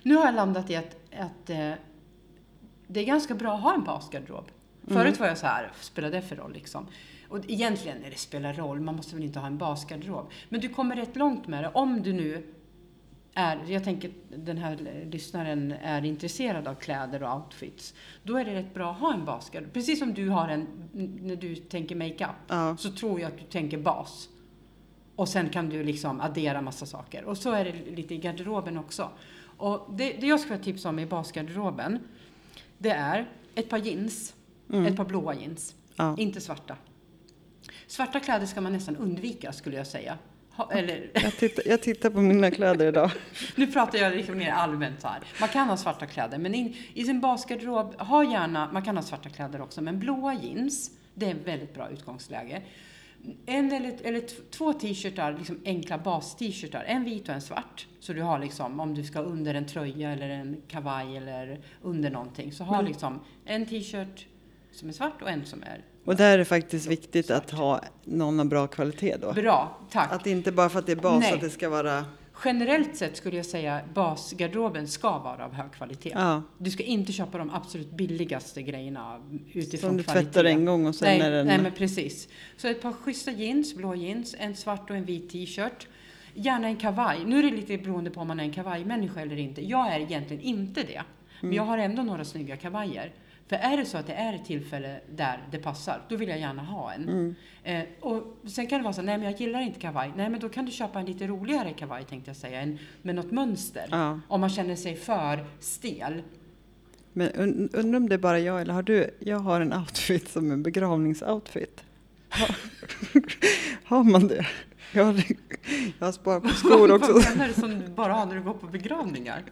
[SPEAKER 1] nu har jag landat i att, att eh, det är ganska bra att ha en basgarderob.
[SPEAKER 3] Mm.
[SPEAKER 1] Förut var jag så här, spelar det för roll liksom? Och egentligen är det spelar roll, man måste väl inte ha en basgarderob. Men du kommer rätt långt med det om du nu är, jag tänker den här lyssnaren är intresserad av kläder och outfits. Då är det rätt bra att ha en basgarderob. Precis som du har en, när du tänker makeup,
[SPEAKER 3] Ja.
[SPEAKER 1] så tror jag att du tänker bas. Och sen kan du liksom addera massa saker. Och så är det lite i garderoben också. Och det, det jag skulle ha tips om i basgarderoben, det är ett par jeans, ett par blåa jeans,
[SPEAKER 3] Ja.
[SPEAKER 1] inte svarta. Svarta kläder ska man nästan undvika skulle jag säga. Ha, eller,
[SPEAKER 3] Jag tittar, jag tittar på mina kläder idag.
[SPEAKER 1] nu pratar jag liksom mer allmänt så här. Man kan ha svarta kläder, men in, i sin basgarderob, ha gärna, man kan ha svarta kläder också, men blåa jeans, det är ett väldigt bra utgångsläge. En eller, eller t- två t-shirtar, liksom enkla bas-t-shirtar, en vit och en svart. Så du har liksom, om du ska under en tröja eller en kavaj eller under någonting, så ha liksom en t-shirt som är svart och en som är
[SPEAKER 3] Och där är det faktiskt viktigt att ha någon av bra kvalitet då.
[SPEAKER 1] bra. Tack.
[SPEAKER 3] Att inte bara för att det är bas,
[SPEAKER 1] Nej.
[SPEAKER 3] att det ska vara...
[SPEAKER 1] Generellt sett skulle jag säga basgarderoben ska vara av hög kvalitet.
[SPEAKER 3] Ja,
[SPEAKER 1] Du ska inte köpa de absolut billigaste grejerna utifrån
[SPEAKER 3] som du
[SPEAKER 1] kvalitet.
[SPEAKER 3] tvättar en gång och sen
[SPEAKER 1] nej,
[SPEAKER 3] är den...
[SPEAKER 1] nej, men precis. Så ett par schyssta jeans, blå jeans, en svart och en vit t-shirt. Gärna en kavaj. Nu är det lite beroende på om man är en kavajmänniska eller inte. Jag är egentligen inte det.
[SPEAKER 3] Mm.
[SPEAKER 1] Men jag har ändå några snygga kavajer. För är det så att det är ett tillfälle där det passar, då vill jag gärna ha en.
[SPEAKER 3] Mm.
[SPEAKER 1] Eh, och sen kan det vara så, nej men jag gillar inte kavaj. Nej men då kan du köpa en lite roligare kavaj tänkte jag säga, en, med något mönster.
[SPEAKER 3] Ja,
[SPEAKER 1] Om man känner sig för stel.
[SPEAKER 3] men und- undrar om det är bara jag eller har du? Jag har en outfit som en begravningsoutfit. Har- har man det? Jag har, jag har sparat på skor också.
[SPEAKER 1] Vad menar du som du bara har när du går på begravningar?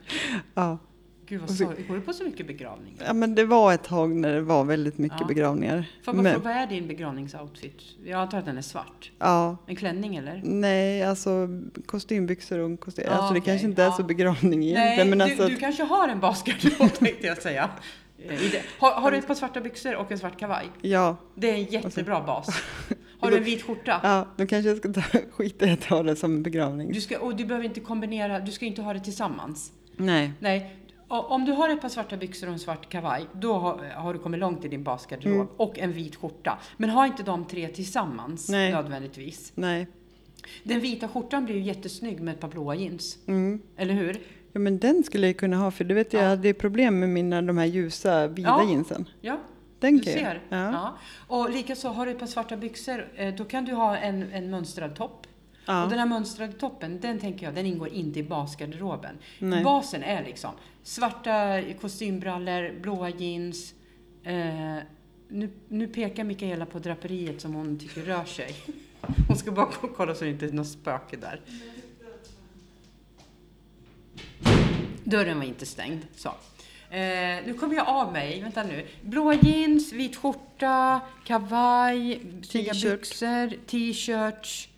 [SPEAKER 3] Ja.
[SPEAKER 1] Gud
[SPEAKER 3] Alltså-
[SPEAKER 1] vad sorgligt. Går du på så mycket begravningar?
[SPEAKER 3] ja, men det var ett tag när det var väldigt mycket
[SPEAKER 1] Ja.
[SPEAKER 3] begravningar.
[SPEAKER 1] Får jag bara
[SPEAKER 3] Men,
[SPEAKER 1] fråga, vad är din begravningsoutfit? Jag antar att den är svart.
[SPEAKER 3] ja,
[SPEAKER 1] En klänning eller?
[SPEAKER 3] Nej, alltså kostymbyxor och kostym.
[SPEAKER 1] Ja,
[SPEAKER 3] alltså det
[SPEAKER 1] okej,
[SPEAKER 3] kanske inte är
[SPEAKER 1] ja.
[SPEAKER 3] så begravning egentligen.
[SPEAKER 1] Nej,
[SPEAKER 3] men alltså,
[SPEAKER 1] du, du kanske har en basgarderob tänkte jag säga. Eh, i det. Har, har du ett par svarta byxor och en svart kavaj?
[SPEAKER 3] ja,
[SPEAKER 1] Det är en jättebra bas. Har du en vit skjorta?
[SPEAKER 3] Alltså- ja, då kanske jag ska ta, skita i att ha det som begravning.
[SPEAKER 1] Du ska, och du behöver inte kombinera, du ska inte ha det tillsammans.
[SPEAKER 3] Nej.
[SPEAKER 1] Nej, o- om du har ett par svarta byxor och en svart kavaj, då har, har du kommit långt i din basgarderob.
[SPEAKER 3] Mm.
[SPEAKER 1] Och en vit skjorta. Men ha inte de tre tillsammans
[SPEAKER 3] Nej.
[SPEAKER 1] nödvändigtvis.
[SPEAKER 3] Nej.
[SPEAKER 1] Den vita skjortan blir ju jättesnygg med ett par blåa jeans.
[SPEAKER 3] Mm.
[SPEAKER 1] Eller hur?
[SPEAKER 3] Ja, men den skulle jag kunna ha för du vet jag
[SPEAKER 1] Ja.
[SPEAKER 3] hade ju problem med mina de här ljusa vita
[SPEAKER 1] Ja.
[SPEAKER 3] jeansen.
[SPEAKER 1] Ja,
[SPEAKER 3] Den
[SPEAKER 1] du
[SPEAKER 3] kan jag-
[SPEAKER 1] ser.
[SPEAKER 3] Ja. Ja.
[SPEAKER 1] Och likaså har du ett par svarta byxor, eh, då kan du ha en, en mönstrad topp. Och den här mönstrade toppen, den tänker jag, den ingår inte i basgarderoben.
[SPEAKER 3] Nej.
[SPEAKER 1] Basen är liksom svarta kostymbrallor, blåa jeans. Eh, nu, nu pekar Mikaela på draperiet som hon tycker rör sig. Hon ska bara gå och kolla så det inte är något spöke där. Dörren var inte stängd. Så. Eh, nu kommer jag av mig. Vänta nu. Blå jeans, vit skjorta, kavaj, snygga
[SPEAKER 3] T-shirt.
[SPEAKER 1] byxor, t-shirts.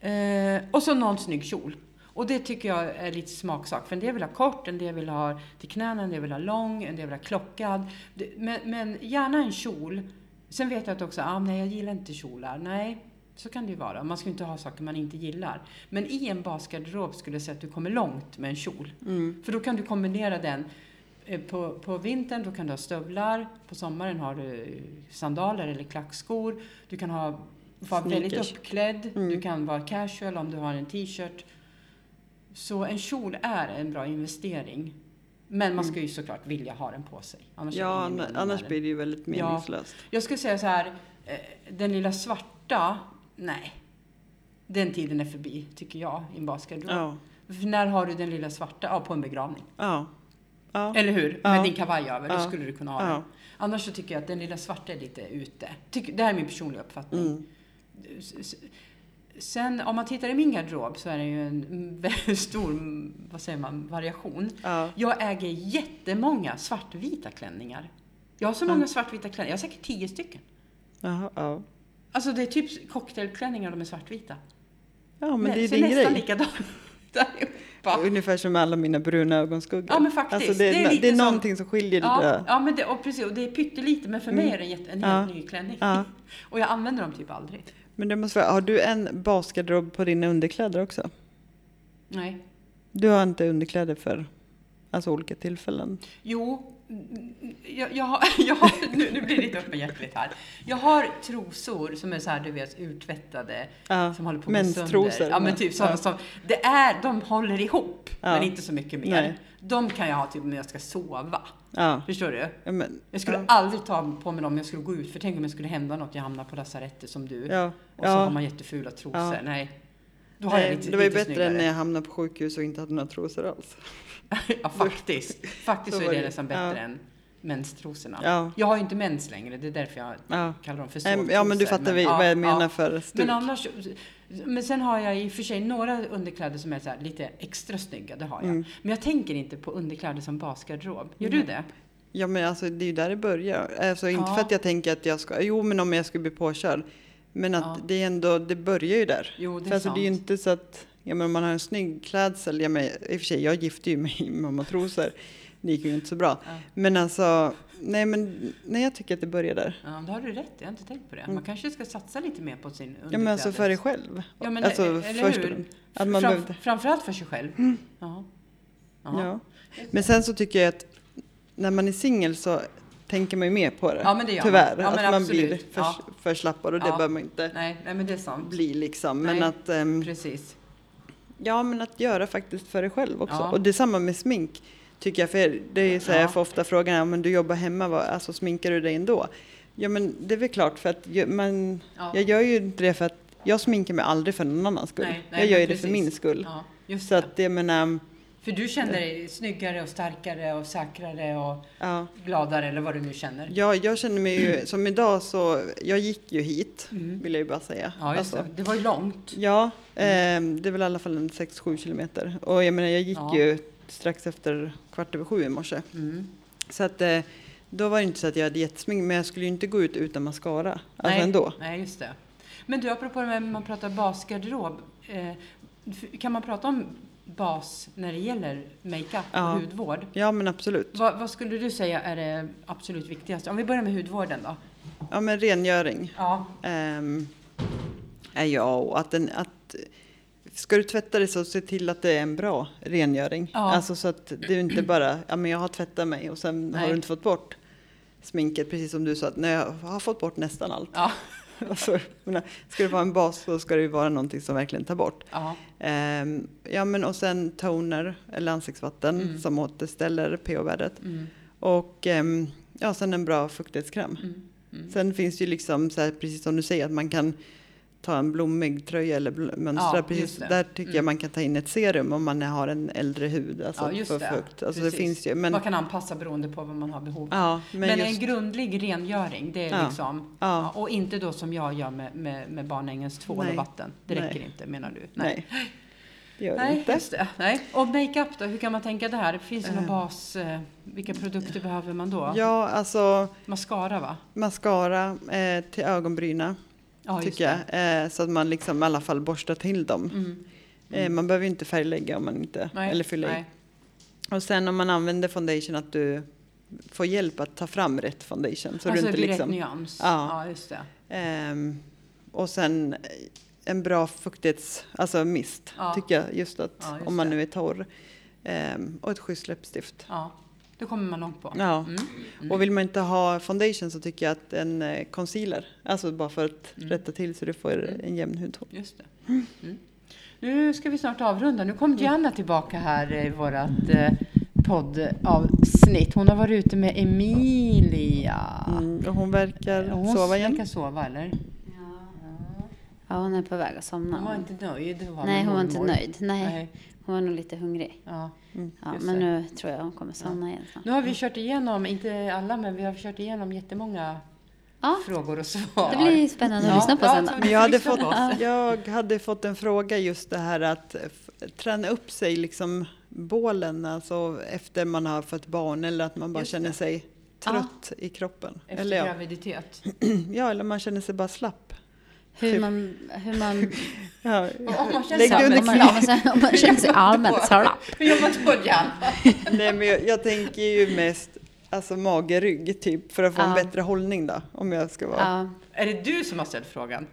[SPEAKER 1] Eh, och så någon snygg kjol. Och det tycker jag är lite smaksak. För en del vill ha kort, en del vill ha till knäna, en del vill ha lång, en del vill ha klockad. Det- Men, men gärna en kjol. Sen vet jag att också, ah, nej jag gillar inte kjolar. Nej, så kan det ju vara. Man ska ju inte ha saker man inte gillar. Men i en basgarderob skulle jag säga att du kommer långt med en kjol.
[SPEAKER 3] Mm.
[SPEAKER 1] För då kan du kombinera den. eh, På, på vintern då kan du ha stövlar, på sommaren har du eh, sandaler eller klackskor. Du kan ha, vara väldigt
[SPEAKER 3] Sneakers.
[SPEAKER 1] uppklädd,
[SPEAKER 3] Mm.
[SPEAKER 1] du kan vara casual om du har en t-shirt. Så en kjol är en bra investering. Men man ska ju såklart vilja ha den på sig. Annars är det ingen mening
[SPEAKER 3] ann-
[SPEAKER 1] med
[SPEAKER 3] Mm. annars
[SPEAKER 1] den.
[SPEAKER 3] blir det ju väldigt
[SPEAKER 1] Ja.
[SPEAKER 3] meningslöst.
[SPEAKER 1] Jag skulle säga så här, eh, den lilla svarta, nej. Den tiden är förbi, tycker jag, i en basgarderob.
[SPEAKER 3] Ja.
[SPEAKER 1] För när har du den lilla svarta? Ja, på en begravning.
[SPEAKER 3] Ja. Ja.
[SPEAKER 1] Eller hur?
[SPEAKER 3] Ja.
[SPEAKER 1] Med din kavaj över, då
[SPEAKER 3] Ja.
[SPEAKER 1] skulle du kunna ha den.
[SPEAKER 3] Ja.
[SPEAKER 1] Annars så tycker jag att den lilla svarta är lite ute. Tycker, det här är min personliga uppfattning.
[SPEAKER 3] Mm.
[SPEAKER 1] S- s- Sen om man tittar i min garderob så är det ju en väldigt stor, vad säger man, variation.
[SPEAKER 3] Ja.
[SPEAKER 1] Jag äger jättemånga svartvita klänningar. Jag har så många svartvita klänningar, jag har säkert tio stycken.
[SPEAKER 3] Jaha, ja.
[SPEAKER 1] Alltså det är typ cocktailklänningar, de är svartvita.
[SPEAKER 3] Ja, men
[SPEAKER 1] Nej,
[SPEAKER 3] det är ju
[SPEAKER 1] ser
[SPEAKER 3] din
[SPEAKER 1] nästan
[SPEAKER 3] grej.
[SPEAKER 1] likadana allihopa.
[SPEAKER 3] Ungefär som alla mina bruna ögonskuggor.
[SPEAKER 1] Ja, men faktiskt.
[SPEAKER 3] Alltså, det, är,
[SPEAKER 1] Det är
[SPEAKER 3] det, är
[SPEAKER 1] lite som-
[SPEAKER 3] någonting som skiljer lite.
[SPEAKER 1] Ja, ja men det, och precis, och det är pyttelite, men för mig är det en jätte- en helt
[SPEAKER 3] Mm. Ja.
[SPEAKER 1] ny klänning.
[SPEAKER 3] Ja.
[SPEAKER 1] Och jag använder dem typ aldrig.
[SPEAKER 3] Men det måste vara, har du en basgarderob på dina underkläder också?
[SPEAKER 1] Nej.
[SPEAKER 3] Du har inte underkläder för alltså, olika tillfällen?
[SPEAKER 1] Jo, jag, jag, har, jag har, nu, nu blir det lite öppenhjärtligt här. Jag har trosor som är så här, du vet, urtvättade.
[SPEAKER 3] Ja,
[SPEAKER 1] Som håller på att gå
[SPEAKER 3] menstrosor.
[SPEAKER 1] sönder. Ja, men typ sådana
[SPEAKER 3] Ja.
[SPEAKER 1] som, det är, de håller ihop,
[SPEAKER 3] Ja.
[SPEAKER 1] men inte så mycket mer.
[SPEAKER 3] Nej.
[SPEAKER 1] De kan jag ha typ när jag ska sova.
[SPEAKER 3] Ja.
[SPEAKER 1] Förstår du?
[SPEAKER 3] Ja, men,
[SPEAKER 1] Jag skulle
[SPEAKER 3] ja.
[SPEAKER 1] aldrig ta på mig dem om jag skulle gå ut, för tänk om jag skulle hända något, jag hamnar på lasarettet som du.
[SPEAKER 3] Ja.
[SPEAKER 1] Och så
[SPEAKER 3] Ja.
[SPEAKER 1] har man jättefula trosor.
[SPEAKER 3] Ja.
[SPEAKER 1] Nej. Då har jag
[SPEAKER 3] Nej,
[SPEAKER 1] lite,
[SPEAKER 3] det var ju
[SPEAKER 1] lite
[SPEAKER 3] bättre
[SPEAKER 1] snyggare.
[SPEAKER 3] än när jag hamnade på sjukhus och inte hade några trosor alls.
[SPEAKER 1] ja, faktiskt. Faktiskt
[SPEAKER 3] Så
[SPEAKER 1] så är
[SPEAKER 3] var
[SPEAKER 1] det
[SPEAKER 3] det.
[SPEAKER 1] nästan bättre än menstrosorna.
[SPEAKER 3] Ja.
[SPEAKER 1] Jag har ju inte mens längre, det är därför jag
[SPEAKER 3] Ja.
[SPEAKER 1] kallar dem för
[SPEAKER 3] Nej,
[SPEAKER 1] sovtrosor.
[SPEAKER 3] ja men du fattar vi-
[SPEAKER 1] ja,
[SPEAKER 3] vad jag menar
[SPEAKER 1] ja.
[SPEAKER 3] för stuk.
[SPEAKER 1] Men annars, men sen har jag i och för sig några underkläder som är så här lite extra snygga, det har jag.
[SPEAKER 3] Mm.
[SPEAKER 1] Men jag tänker inte på underkläder som basgarderob. Gör du det?
[SPEAKER 3] Ja men alltså det är ju där det börjar. Alltså inte
[SPEAKER 1] Ja.
[SPEAKER 3] för att jag tänker att jag ska, jo men om jag skulle bli påkörd. Men att
[SPEAKER 1] Ja.
[SPEAKER 3] det är ändå, det börjar ju där.
[SPEAKER 1] Jo, det är
[SPEAKER 3] för alltså, det är ju
[SPEAKER 1] sant.
[SPEAKER 3] inte så att, ja men om man har en snygg klädsel, ja men i och för sig jag gifte ju mig med mammatrosor. Det gick ju inte så bra.
[SPEAKER 1] Ja.
[SPEAKER 3] Men alltså, nej men nej, jag tycker att det börjar där.
[SPEAKER 1] Ja, det har du rätt i. jag har inte tänkt på det. Man kanske ska satsa lite mer på sin underkläder.
[SPEAKER 3] Mm. Ja men alltså för dig själv.
[SPEAKER 1] Ja, men
[SPEAKER 3] alltså
[SPEAKER 1] det- eller
[SPEAKER 3] först
[SPEAKER 1] hur?
[SPEAKER 3] och främst. Att man
[SPEAKER 1] Fram,
[SPEAKER 3] behövde,
[SPEAKER 1] Framförallt för sig själv. Ja.
[SPEAKER 3] ja.
[SPEAKER 1] Ja. Ja.
[SPEAKER 3] Men sen så tycker jag att när man är singel så tänker man ju mer på det.
[SPEAKER 1] Ja, men det gör man.
[SPEAKER 3] Tyvärr.
[SPEAKER 1] Ja, men
[SPEAKER 3] att man
[SPEAKER 1] absolut.
[SPEAKER 3] blir för,
[SPEAKER 1] Ja.
[SPEAKER 3] för slappad och det
[SPEAKER 1] Ja.
[SPEAKER 3] behöver man inte.
[SPEAKER 1] Nej, nej, men det är sant.
[SPEAKER 3] bli liksom. Men
[SPEAKER 1] Nej.
[SPEAKER 3] att, ehm,
[SPEAKER 1] Precis.
[SPEAKER 3] ja, men att göra faktiskt för dig själv också.
[SPEAKER 1] Ja.
[SPEAKER 3] Och det är samma med smink. Tycker jag, för er. det är så här,
[SPEAKER 1] Ja.
[SPEAKER 3] jag får ofta frågan, ja, men du jobbar hemma, vad, alltså, sminkar du dig ändå? Ja men det är väl klart för att jag, man,
[SPEAKER 1] Ja.
[SPEAKER 3] jag gör ju inte det för att jag sminkar mig aldrig för någon annans skull.
[SPEAKER 1] Nej, nej,
[SPEAKER 3] jag gör
[SPEAKER 1] men
[SPEAKER 3] ju det för
[SPEAKER 1] precis.
[SPEAKER 3] min skull.
[SPEAKER 1] Ja, just
[SPEAKER 3] Så
[SPEAKER 1] det.
[SPEAKER 3] att det menar,
[SPEAKER 1] För du känner dig snyggare och starkare och säkrare och
[SPEAKER 3] ja.
[SPEAKER 1] gladare eller vad du nu känner.
[SPEAKER 3] Ja, jag känner mig ju, som idag så, jag gick ju hit, vill jag ju bara säga.
[SPEAKER 1] Mm. Ja, just det.
[SPEAKER 3] Alltså,
[SPEAKER 1] Det var ju långt.
[SPEAKER 3] Ja, ehm, det är väl i alla fall en 6-7 kilometer. Och jag menar, jag gick
[SPEAKER 1] Ja.
[SPEAKER 3] ju strax efter kvart över sju i morse.
[SPEAKER 1] Mm.
[SPEAKER 3] Så att eh, då var det inte så att jag hade jättesmink, men jag skulle ju inte gå ut utan mascara. Alltså
[SPEAKER 1] nej,
[SPEAKER 3] ändå.
[SPEAKER 1] Nej, just det. Men du, apropå det här med man pratar basgarderob. Eh, f- kan man prata om bas när det gäller makeup
[SPEAKER 3] Ja.
[SPEAKER 1] och hudvård?
[SPEAKER 3] Ja, men absolut.
[SPEAKER 1] Vad, vad skulle du säga är det absolut viktigaste? Om vi börjar med hudvården då.
[SPEAKER 3] Ja, men rengöring
[SPEAKER 1] Ja,
[SPEAKER 3] ehm, är jag och att, den, att Ska du tvätta dig så se till att det är en bra rengöring.
[SPEAKER 1] Ja.
[SPEAKER 3] Alltså så att du inte bara, ja men jag har tvättat mig och sen har
[SPEAKER 1] Nej.
[SPEAKER 3] du inte fått bort sminket. Precis som du sa, att när jag har fått bort nästan allt.
[SPEAKER 1] ja,
[SPEAKER 3] Alltså, jag menar, ska det vara en bas så ska det ju vara någonting som verkligen tar bort.
[SPEAKER 1] ja,
[SPEAKER 3] Ehm, ja, men och sen toner eller ansiktsvatten
[SPEAKER 1] Mm.
[SPEAKER 3] som återställer pH-värdet. Och ehm, ja, sen en bra fuktighetskräm.
[SPEAKER 1] Mm.
[SPEAKER 3] Sen finns det ju liksom, så här, precis som du säger, att man kan ta en blommig tröja eller bl- mönstra.
[SPEAKER 1] Ja,
[SPEAKER 3] precis,
[SPEAKER 1] just det. Mm.
[SPEAKER 3] där tycker jag man kan ta in ett serum om man har en äldre hud. Alltså,
[SPEAKER 1] ja, just
[SPEAKER 3] för
[SPEAKER 1] det.
[SPEAKER 3] fukt. Alltså, det
[SPEAKER 1] Precis.
[SPEAKER 3] finns ju, men,
[SPEAKER 1] Man kan anpassa beroende på vad man har behov av.
[SPEAKER 3] ja,
[SPEAKER 1] Men,
[SPEAKER 3] men, just,
[SPEAKER 1] en grundlig rengöring, det är
[SPEAKER 3] Ja.
[SPEAKER 1] liksom...
[SPEAKER 3] Ja.
[SPEAKER 1] Ja, och inte då som jag gör med, med, med barnängens tvål
[SPEAKER 3] Nej.
[SPEAKER 1] och vatten. Det
[SPEAKER 3] Nej.
[SPEAKER 1] räcker inte menar du?
[SPEAKER 3] nej. Det gör det
[SPEAKER 1] Nej,
[SPEAKER 3] inte.
[SPEAKER 1] just det. Nej. Och makeup då, hur kan man tänka där? Finns det någon
[SPEAKER 3] Eh.
[SPEAKER 1] bas? eh, Vilka produkter behöver man då?
[SPEAKER 3] Ja, alltså
[SPEAKER 1] Mascara va?
[SPEAKER 3] mascara eh, till ögonbryna
[SPEAKER 1] Ja, just
[SPEAKER 3] tycker jag. Eh, så att man liksom i alla fall borstar till dem.
[SPEAKER 1] det. Mm.
[SPEAKER 3] Eh, man behöver ju inte färglägga om man inte,
[SPEAKER 1] Nej,
[SPEAKER 3] eller fylla i.
[SPEAKER 1] nej.
[SPEAKER 3] Och sen om man använder foundation att du får hjälp att ta fram rätt foundation. Så
[SPEAKER 1] Så alltså
[SPEAKER 3] du inte
[SPEAKER 1] vid
[SPEAKER 3] liksom,
[SPEAKER 1] rätt nyans.
[SPEAKER 3] Ja.
[SPEAKER 1] Ja, just det.
[SPEAKER 3] ehm, och sen eh, en bra fuktighets, alltså mist
[SPEAKER 1] Ja.
[SPEAKER 3] tycker jag. Just att
[SPEAKER 1] Ja, just
[SPEAKER 3] om man
[SPEAKER 1] det.
[SPEAKER 3] nu är torr. Ehm, och ett schysst läppstift.
[SPEAKER 1] Ja. Då kommer man långt på.
[SPEAKER 3] Ja.
[SPEAKER 1] Mm.
[SPEAKER 3] Och vill man inte ha foundation så tycker jag att en eh, concealer, alltså bara för att
[SPEAKER 1] Mm.
[SPEAKER 3] rätta till så du får en jämn hudton.
[SPEAKER 1] Just det. Mm. Nu ska vi snart avrunda. Nu
[SPEAKER 3] Mm.
[SPEAKER 1] kom Diana tillbaka här i vårat eh, poddavsnitt. Hon har varit ute med Emilia.
[SPEAKER 3] Mm, och hon verkar
[SPEAKER 1] Och Hon
[SPEAKER 3] sova igen.
[SPEAKER 1] verkar sova eller?
[SPEAKER 2] Ja, hon är på väg att somna.
[SPEAKER 1] Hon var inte nöjd. Hon var
[SPEAKER 2] Nej,
[SPEAKER 1] med
[SPEAKER 2] hon var inte
[SPEAKER 1] mormor.
[SPEAKER 2] nöjd. Nej,
[SPEAKER 1] Nej.
[SPEAKER 2] hon var nog lite hungrig.
[SPEAKER 1] Ja.
[SPEAKER 2] Ja,
[SPEAKER 1] Just
[SPEAKER 2] men
[SPEAKER 1] det.
[SPEAKER 2] nu tror jag hon kommer somna igen snart.
[SPEAKER 1] Nu har vi kört igenom, inte alla, men vi har kört igenom jättemånga
[SPEAKER 2] Ja,
[SPEAKER 1] frågor och svar.
[SPEAKER 2] det blir spännande
[SPEAKER 1] Ja.
[SPEAKER 2] att lyssna på
[SPEAKER 1] Ja,
[SPEAKER 2] sen
[SPEAKER 1] så-
[SPEAKER 2] då.
[SPEAKER 3] Men Jag hade,
[SPEAKER 1] Lyssna
[SPEAKER 3] fått,
[SPEAKER 1] på oss.
[SPEAKER 3] jag hade fått en fråga just det här att f- träna upp sig liksom bålen alltså efter man har fått barn eller att man bara
[SPEAKER 1] Just
[SPEAKER 3] känner
[SPEAKER 1] det.
[SPEAKER 3] sig trött i kroppen.
[SPEAKER 1] Efter
[SPEAKER 3] Eller ja.
[SPEAKER 1] graviditet.
[SPEAKER 3] ja, eller man känner sig bara slapp.
[SPEAKER 2] Hur man... Hur man
[SPEAKER 3] Ja.
[SPEAKER 1] Om man känner
[SPEAKER 3] Lägg
[SPEAKER 1] sig-
[SPEAKER 3] dig under
[SPEAKER 2] om man, om man, om man känner sig allmänt slapp.
[SPEAKER 1] Hur jobbar du, Diana?
[SPEAKER 3] Nej, men jag, jag tänker ju mest alltså mage-rygg typ för att få en
[SPEAKER 2] Ja.
[SPEAKER 3] bättre hållning då om jag ska vara.
[SPEAKER 2] Ja.
[SPEAKER 1] Är det du som har ställt frågan?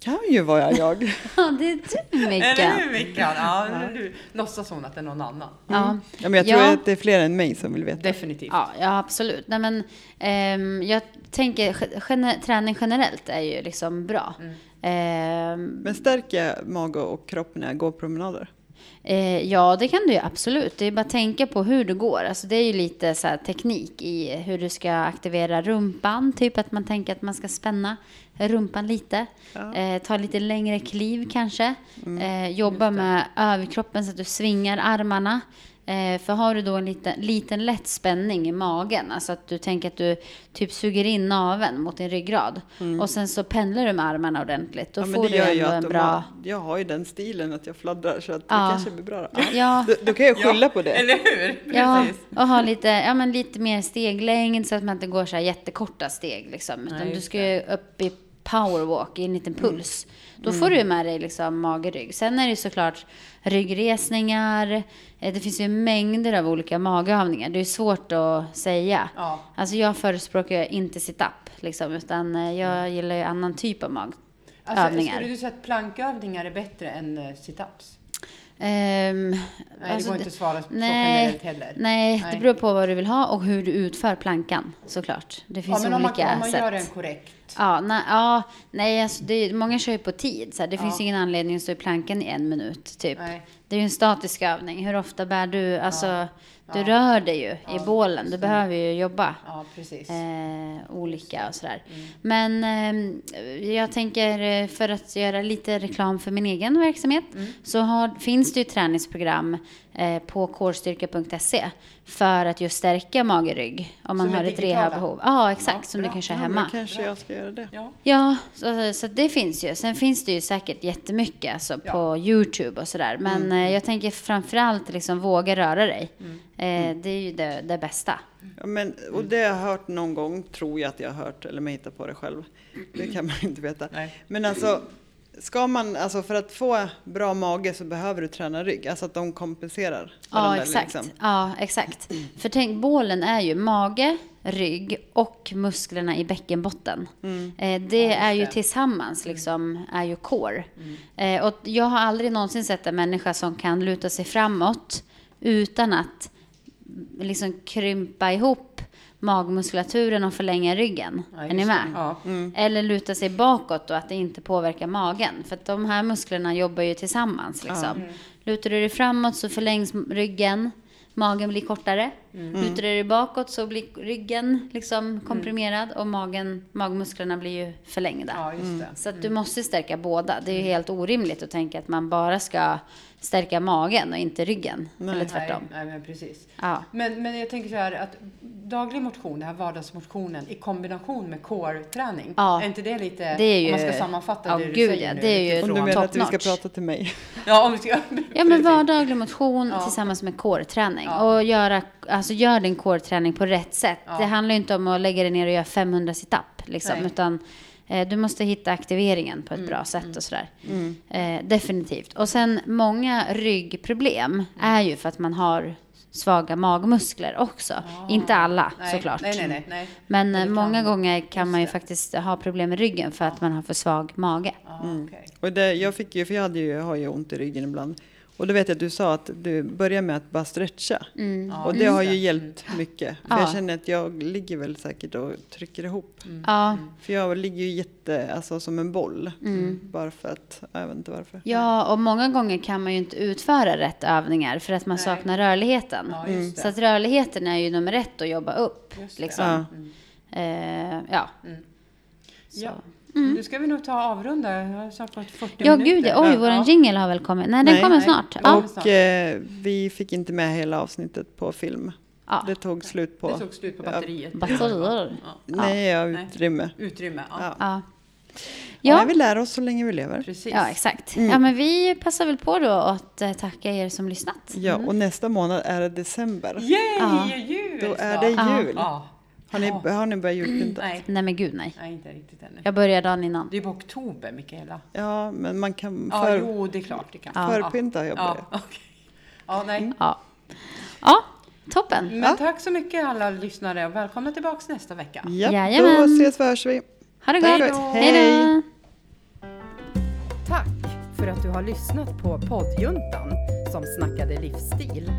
[SPEAKER 3] kan ju vara jag.
[SPEAKER 2] Ja, det är du
[SPEAKER 1] Eller
[SPEAKER 2] Mickan.
[SPEAKER 1] hur Mickan? Ja, eller hur? Låtsas hon att det är någon annan?
[SPEAKER 2] Ja.
[SPEAKER 3] Mm. Ja, men jag tror
[SPEAKER 2] Ja.
[SPEAKER 3] att det är fler än mig som vill veta.
[SPEAKER 1] Definitivt.
[SPEAKER 2] Ja, ja absolut. Nej, men, ehm, jag tänker ge- gene- träning generellt är ju liksom bra. Ehm,
[SPEAKER 3] Men stärker jag mage och kropp när jag går promenader?
[SPEAKER 2] Eh, ja, det kan du ju absolut. Det är bara att tänka på hur du går. Alltså, det är ju lite så här, teknik i hur du ska aktivera rumpan. Typ att man tänker att man ska spänna rumpan lite.
[SPEAKER 3] Ja. Mm,
[SPEAKER 2] Eh, ta lite längre kliv kanske. Eh, jobba med överkroppen så att du svingar armarna. Eh, för har du då en liten, liten lätt spänning i magen, alltså att du tänker att du typ suger in naveln mot din ryggrad och sen så pendlar du med armarna ordentligt, då
[SPEAKER 3] Mm. Ja, men
[SPEAKER 2] får
[SPEAKER 3] det
[SPEAKER 2] du
[SPEAKER 3] gör ju
[SPEAKER 2] ändå
[SPEAKER 3] att
[SPEAKER 2] en
[SPEAKER 3] de
[SPEAKER 2] bra...
[SPEAKER 3] har- Jag har ju den stilen att jag fladdrar så att
[SPEAKER 2] Ja.
[SPEAKER 3] det kanske blir bra. Då,
[SPEAKER 2] Ja.
[SPEAKER 3] då, då kan jag skylla på det.
[SPEAKER 1] Eller hur?
[SPEAKER 2] Ja,
[SPEAKER 1] Precis.
[SPEAKER 2] och ha lite, ja, men lite mer steglängd så att man inte går så här jättekorta steg. Liksom, utan
[SPEAKER 1] Nej,
[SPEAKER 2] du
[SPEAKER 1] just Mm.
[SPEAKER 2] ska ju upp i powerwalk, i en liten puls. Då får du ju med dig liksom mage rygg. Sen är det ju såklart ryggresningar. Eh, Det finns ju mängder av olika magövningar. Det är ju svårt att säga.
[SPEAKER 1] Ja.
[SPEAKER 2] Alltså jag förespråkar ju inte sit-up, liksom, utan eh, jag gillar ju annan typ av magövningar.
[SPEAKER 1] Alltså, Skulle du säga att plankövningar är bättre än eh, sit-ups?
[SPEAKER 2] Ehm,
[SPEAKER 1] Nej,
[SPEAKER 2] alltså
[SPEAKER 1] det går
[SPEAKER 2] det-
[SPEAKER 1] inte att svara så
[SPEAKER 2] Nej,
[SPEAKER 1] generellt heller.
[SPEAKER 2] nej,
[SPEAKER 1] Nej.
[SPEAKER 2] det beror på vad du vill ha och hur du utför plankan såklart. Det
[SPEAKER 1] Ja,
[SPEAKER 2] finns
[SPEAKER 1] men om man,
[SPEAKER 2] olika
[SPEAKER 1] om man
[SPEAKER 2] sätt.
[SPEAKER 1] gör den korrekt.
[SPEAKER 2] Ja, nej, ja, nej alltså det, är- många kör ju på tid. Så här. Det finns ju ingen anledning att stå i plankan i en minut. Typ.
[SPEAKER 1] Nej.
[SPEAKER 2] Det är ju en statisk övning. Hur ofta bär du? Alltså, Du rör dig ju i bålen. Du behöver ju jobba
[SPEAKER 1] Ja, precis.
[SPEAKER 2] eh, olika och sådär. Men ehm, jag tänker eh, för att göra lite reklam för min egen verksamhet så har, finns det ju träningsprogram eh, på corestyrka.se för att just stärka mage och rygg om man
[SPEAKER 1] Som är
[SPEAKER 2] har ett
[SPEAKER 1] digitala?
[SPEAKER 2] rehabbehov. Ja, exakt. som
[SPEAKER 1] bra.
[SPEAKER 2] du kan köra
[SPEAKER 3] Ja, men
[SPEAKER 2] hemma.
[SPEAKER 3] kanske jag ska göra det.
[SPEAKER 1] Ja.
[SPEAKER 2] Ja, så, så det finns ju. Sen finns det ju säkert jättemycket alltså,
[SPEAKER 1] Ja.
[SPEAKER 2] på Youtube och sådär. Men eh, jag tänker framförallt liksom våga röra dig. Eh, det är ju det, det bästa.
[SPEAKER 3] Ja, men, och det har jag hört någon gång, tror jag att jag har hört, eller mig hittar på det själv. Det kan man inte veta.
[SPEAKER 1] Nej.
[SPEAKER 3] Men alltså, ska man, alltså för att få bra mage så behöver du träna rygg, alltså att de kompenserar
[SPEAKER 2] Ja, exakt.
[SPEAKER 1] liksom.
[SPEAKER 3] liksom.
[SPEAKER 2] Ja, exakt. För tänk, bålen är ju mage, rygg och musklerna i bäckenbotten.
[SPEAKER 1] Mm.
[SPEAKER 2] Eh, det
[SPEAKER 1] just
[SPEAKER 2] är ju
[SPEAKER 1] det.
[SPEAKER 2] tillsammans
[SPEAKER 1] Mm.
[SPEAKER 2] liksom, är ju core. Eh, och jag har aldrig någonsin sett en människa som kan luta sig framåt utan att liksom krympa ihop magmuskulaturen och förlänga ryggen.
[SPEAKER 1] Ja,
[SPEAKER 2] är
[SPEAKER 1] just
[SPEAKER 2] ni
[SPEAKER 1] det.
[SPEAKER 2] med?
[SPEAKER 1] Ja.
[SPEAKER 2] Eller luta sig bakåt och att det inte påverkar magen. För att de här musklerna jobbar ju tillsammans. Liksom. Lutar du dig framåt så förlängs m- ryggen, magen blir kortare.
[SPEAKER 1] Mm.
[SPEAKER 2] Lutar du dig bakåt så blir ryggen liksom komprimerad och magen, magmusklerna blir ju förlängda.
[SPEAKER 1] ja, Mm. just det.
[SPEAKER 2] Så att du måste stärka båda. Det är ju helt orimligt att tänka att man bara ska stärka magen och inte ryggen. Eller tvärtom.
[SPEAKER 1] Nej, nej, men precis.
[SPEAKER 2] Ja.
[SPEAKER 1] Men, men jag tänker så här att daglig motion, den här vardagsmotionen i kombination med core-träning.
[SPEAKER 2] Ja.
[SPEAKER 1] Är inte det lite,
[SPEAKER 2] Det är ju-
[SPEAKER 1] om man ska sammanfatta
[SPEAKER 2] ja,
[SPEAKER 1] det du
[SPEAKER 2] gud,
[SPEAKER 1] säger
[SPEAKER 2] ja,
[SPEAKER 1] nu?
[SPEAKER 2] det är ju-
[SPEAKER 1] utifrån-
[SPEAKER 3] Om du menar att vi ska
[SPEAKER 2] Top-notch.
[SPEAKER 3] prata till mig.
[SPEAKER 1] Ja, om vi ska...
[SPEAKER 2] Ja, men
[SPEAKER 1] Precis.
[SPEAKER 2] vardaglig motion
[SPEAKER 1] Ja.
[SPEAKER 2] tillsammans med core-träning.
[SPEAKER 1] Ja.
[SPEAKER 2] Och göra, alltså gör din core-träning på rätt sätt.
[SPEAKER 1] Ja.
[SPEAKER 2] Det handlar ju inte om att lägga dig ner och göra 500 sit-up. Liksom,
[SPEAKER 1] Nej. Mm,
[SPEAKER 2] utan eh, du måste hitta aktiveringen på ett bra sätt och sådär. Eh, definitivt. Och sen många
[SPEAKER 1] Mm.
[SPEAKER 2] ryggproblem är ju för att man har svaga magmuskler också. Inte alla
[SPEAKER 1] Nej,
[SPEAKER 2] såklart.
[SPEAKER 1] Nej, nej, nej. nej.
[SPEAKER 2] Men eh,
[SPEAKER 1] det kan-
[SPEAKER 2] många gånger kan
[SPEAKER 1] just
[SPEAKER 2] man ju
[SPEAKER 1] det. Mm.
[SPEAKER 2] faktiskt ha problem med ryggen för att man har för svag mage.
[SPEAKER 1] Ja, Ah, okej.
[SPEAKER 3] Och det, jag fick ju, för jag hade ju, jag har ju ont i ryggen ibland. Och då vet jag att du sa att du börjar med att bara stretcha.
[SPEAKER 2] Mm.
[SPEAKER 1] Ja,
[SPEAKER 3] Och det
[SPEAKER 1] just
[SPEAKER 3] har ju hjälpt mycket. För
[SPEAKER 2] Ja.
[SPEAKER 3] jag känner att jag ligger väl säkert och trycker ihop.
[SPEAKER 1] Mm.
[SPEAKER 2] Ja. Mm.
[SPEAKER 3] För jag ligger ju jätte, alltså som en boll. Bara för att, jag vet inte varför.
[SPEAKER 2] Ja, och många gånger kan man ju inte utföra rätt övningar för att man
[SPEAKER 1] Nej.
[SPEAKER 2] saknar rörligheten.
[SPEAKER 1] Ja, just det.
[SPEAKER 2] Mm. Så att rörligheten är ju nummer ett att jobba upp.
[SPEAKER 1] Just det. Mm.
[SPEAKER 2] Liksom.
[SPEAKER 3] Ja.
[SPEAKER 2] Eh, ja.
[SPEAKER 1] Ja. Nu ska vi nog ta och avrunda. Jag har snart gått 40
[SPEAKER 2] Mm. ja,
[SPEAKER 1] minuter.
[SPEAKER 2] gud ja. Oj, våran jingle har väl kommit? Nej, den
[SPEAKER 3] Nej.
[SPEAKER 2] kommer
[SPEAKER 1] Nej.
[SPEAKER 2] snart.
[SPEAKER 1] Ja.
[SPEAKER 2] Ja.
[SPEAKER 3] Och eh, vi fick inte med hela avsnittet på film.
[SPEAKER 2] Ja.
[SPEAKER 3] Det tog slut på
[SPEAKER 1] Det tog slut på batteriet.
[SPEAKER 2] Batterier.
[SPEAKER 1] Ja.
[SPEAKER 3] nej, ja.
[SPEAKER 1] Nej.
[SPEAKER 3] utrymme.
[SPEAKER 1] Utrymme, ja.
[SPEAKER 3] Ja.
[SPEAKER 2] Ja.
[SPEAKER 3] Ja.
[SPEAKER 2] Ja.
[SPEAKER 3] vi lär oss så länge vi lever.
[SPEAKER 1] Precis. Mm.
[SPEAKER 2] ja, exakt. Ja, men vi passar väl på då att eh, tacka er som lyssnat.
[SPEAKER 3] Ja,
[SPEAKER 1] Mm.
[SPEAKER 3] och nästa månad är det december.
[SPEAKER 1] Yay,
[SPEAKER 2] Ja.
[SPEAKER 1] jul
[SPEAKER 3] Då är
[SPEAKER 1] snart.
[SPEAKER 3] det
[SPEAKER 2] Ja.
[SPEAKER 3] jul.
[SPEAKER 1] Ja.
[SPEAKER 3] Har ni,
[SPEAKER 1] Ja.
[SPEAKER 3] har ni börjat julpynta?
[SPEAKER 1] Nej.
[SPEAKER 2] Nej, men gud nej.
[SPEAKER 1] Nej, inte riktigt ännu.
[SPEAKER 2] Jag börjar dagen innan.
[SPEAKER 1] Det är på oktober, Mikaela.
[SPEAKER 3] Ja, men man kan
[SPEAKER 1] Ja,
[SPEAKER 3] för,
[SPEAKER 1] jo, det är klart. Det kan.
[SPEAKER 3] förpynta har jag Mm.
[SPEAKER 1] ja,
[SPEAKER 3] börjat.
[SPEAKER 1] ja, okej. ja, nej.
[SPEAKER 2] Ja, ja toppen.
[SPEAKER 1] Men tack så mycket alla lyssnare och välkomna tillbaka nästa vecka.
[SPEAKER 3] Ja, då
[SPEAKER 2] Jajamän.
[SPEAKER 3] ses vi hörs vi.
[SPEAKER 2] Ha det
[SPEAKER 3] Tack.
[SPEAKER 2] gott.
[SPEAKER 3] Hej.
[SPEAKER 2] Hej då.
[SPEAKER 1] för att du har lyssnat på poddjuntan som snackade livsstil.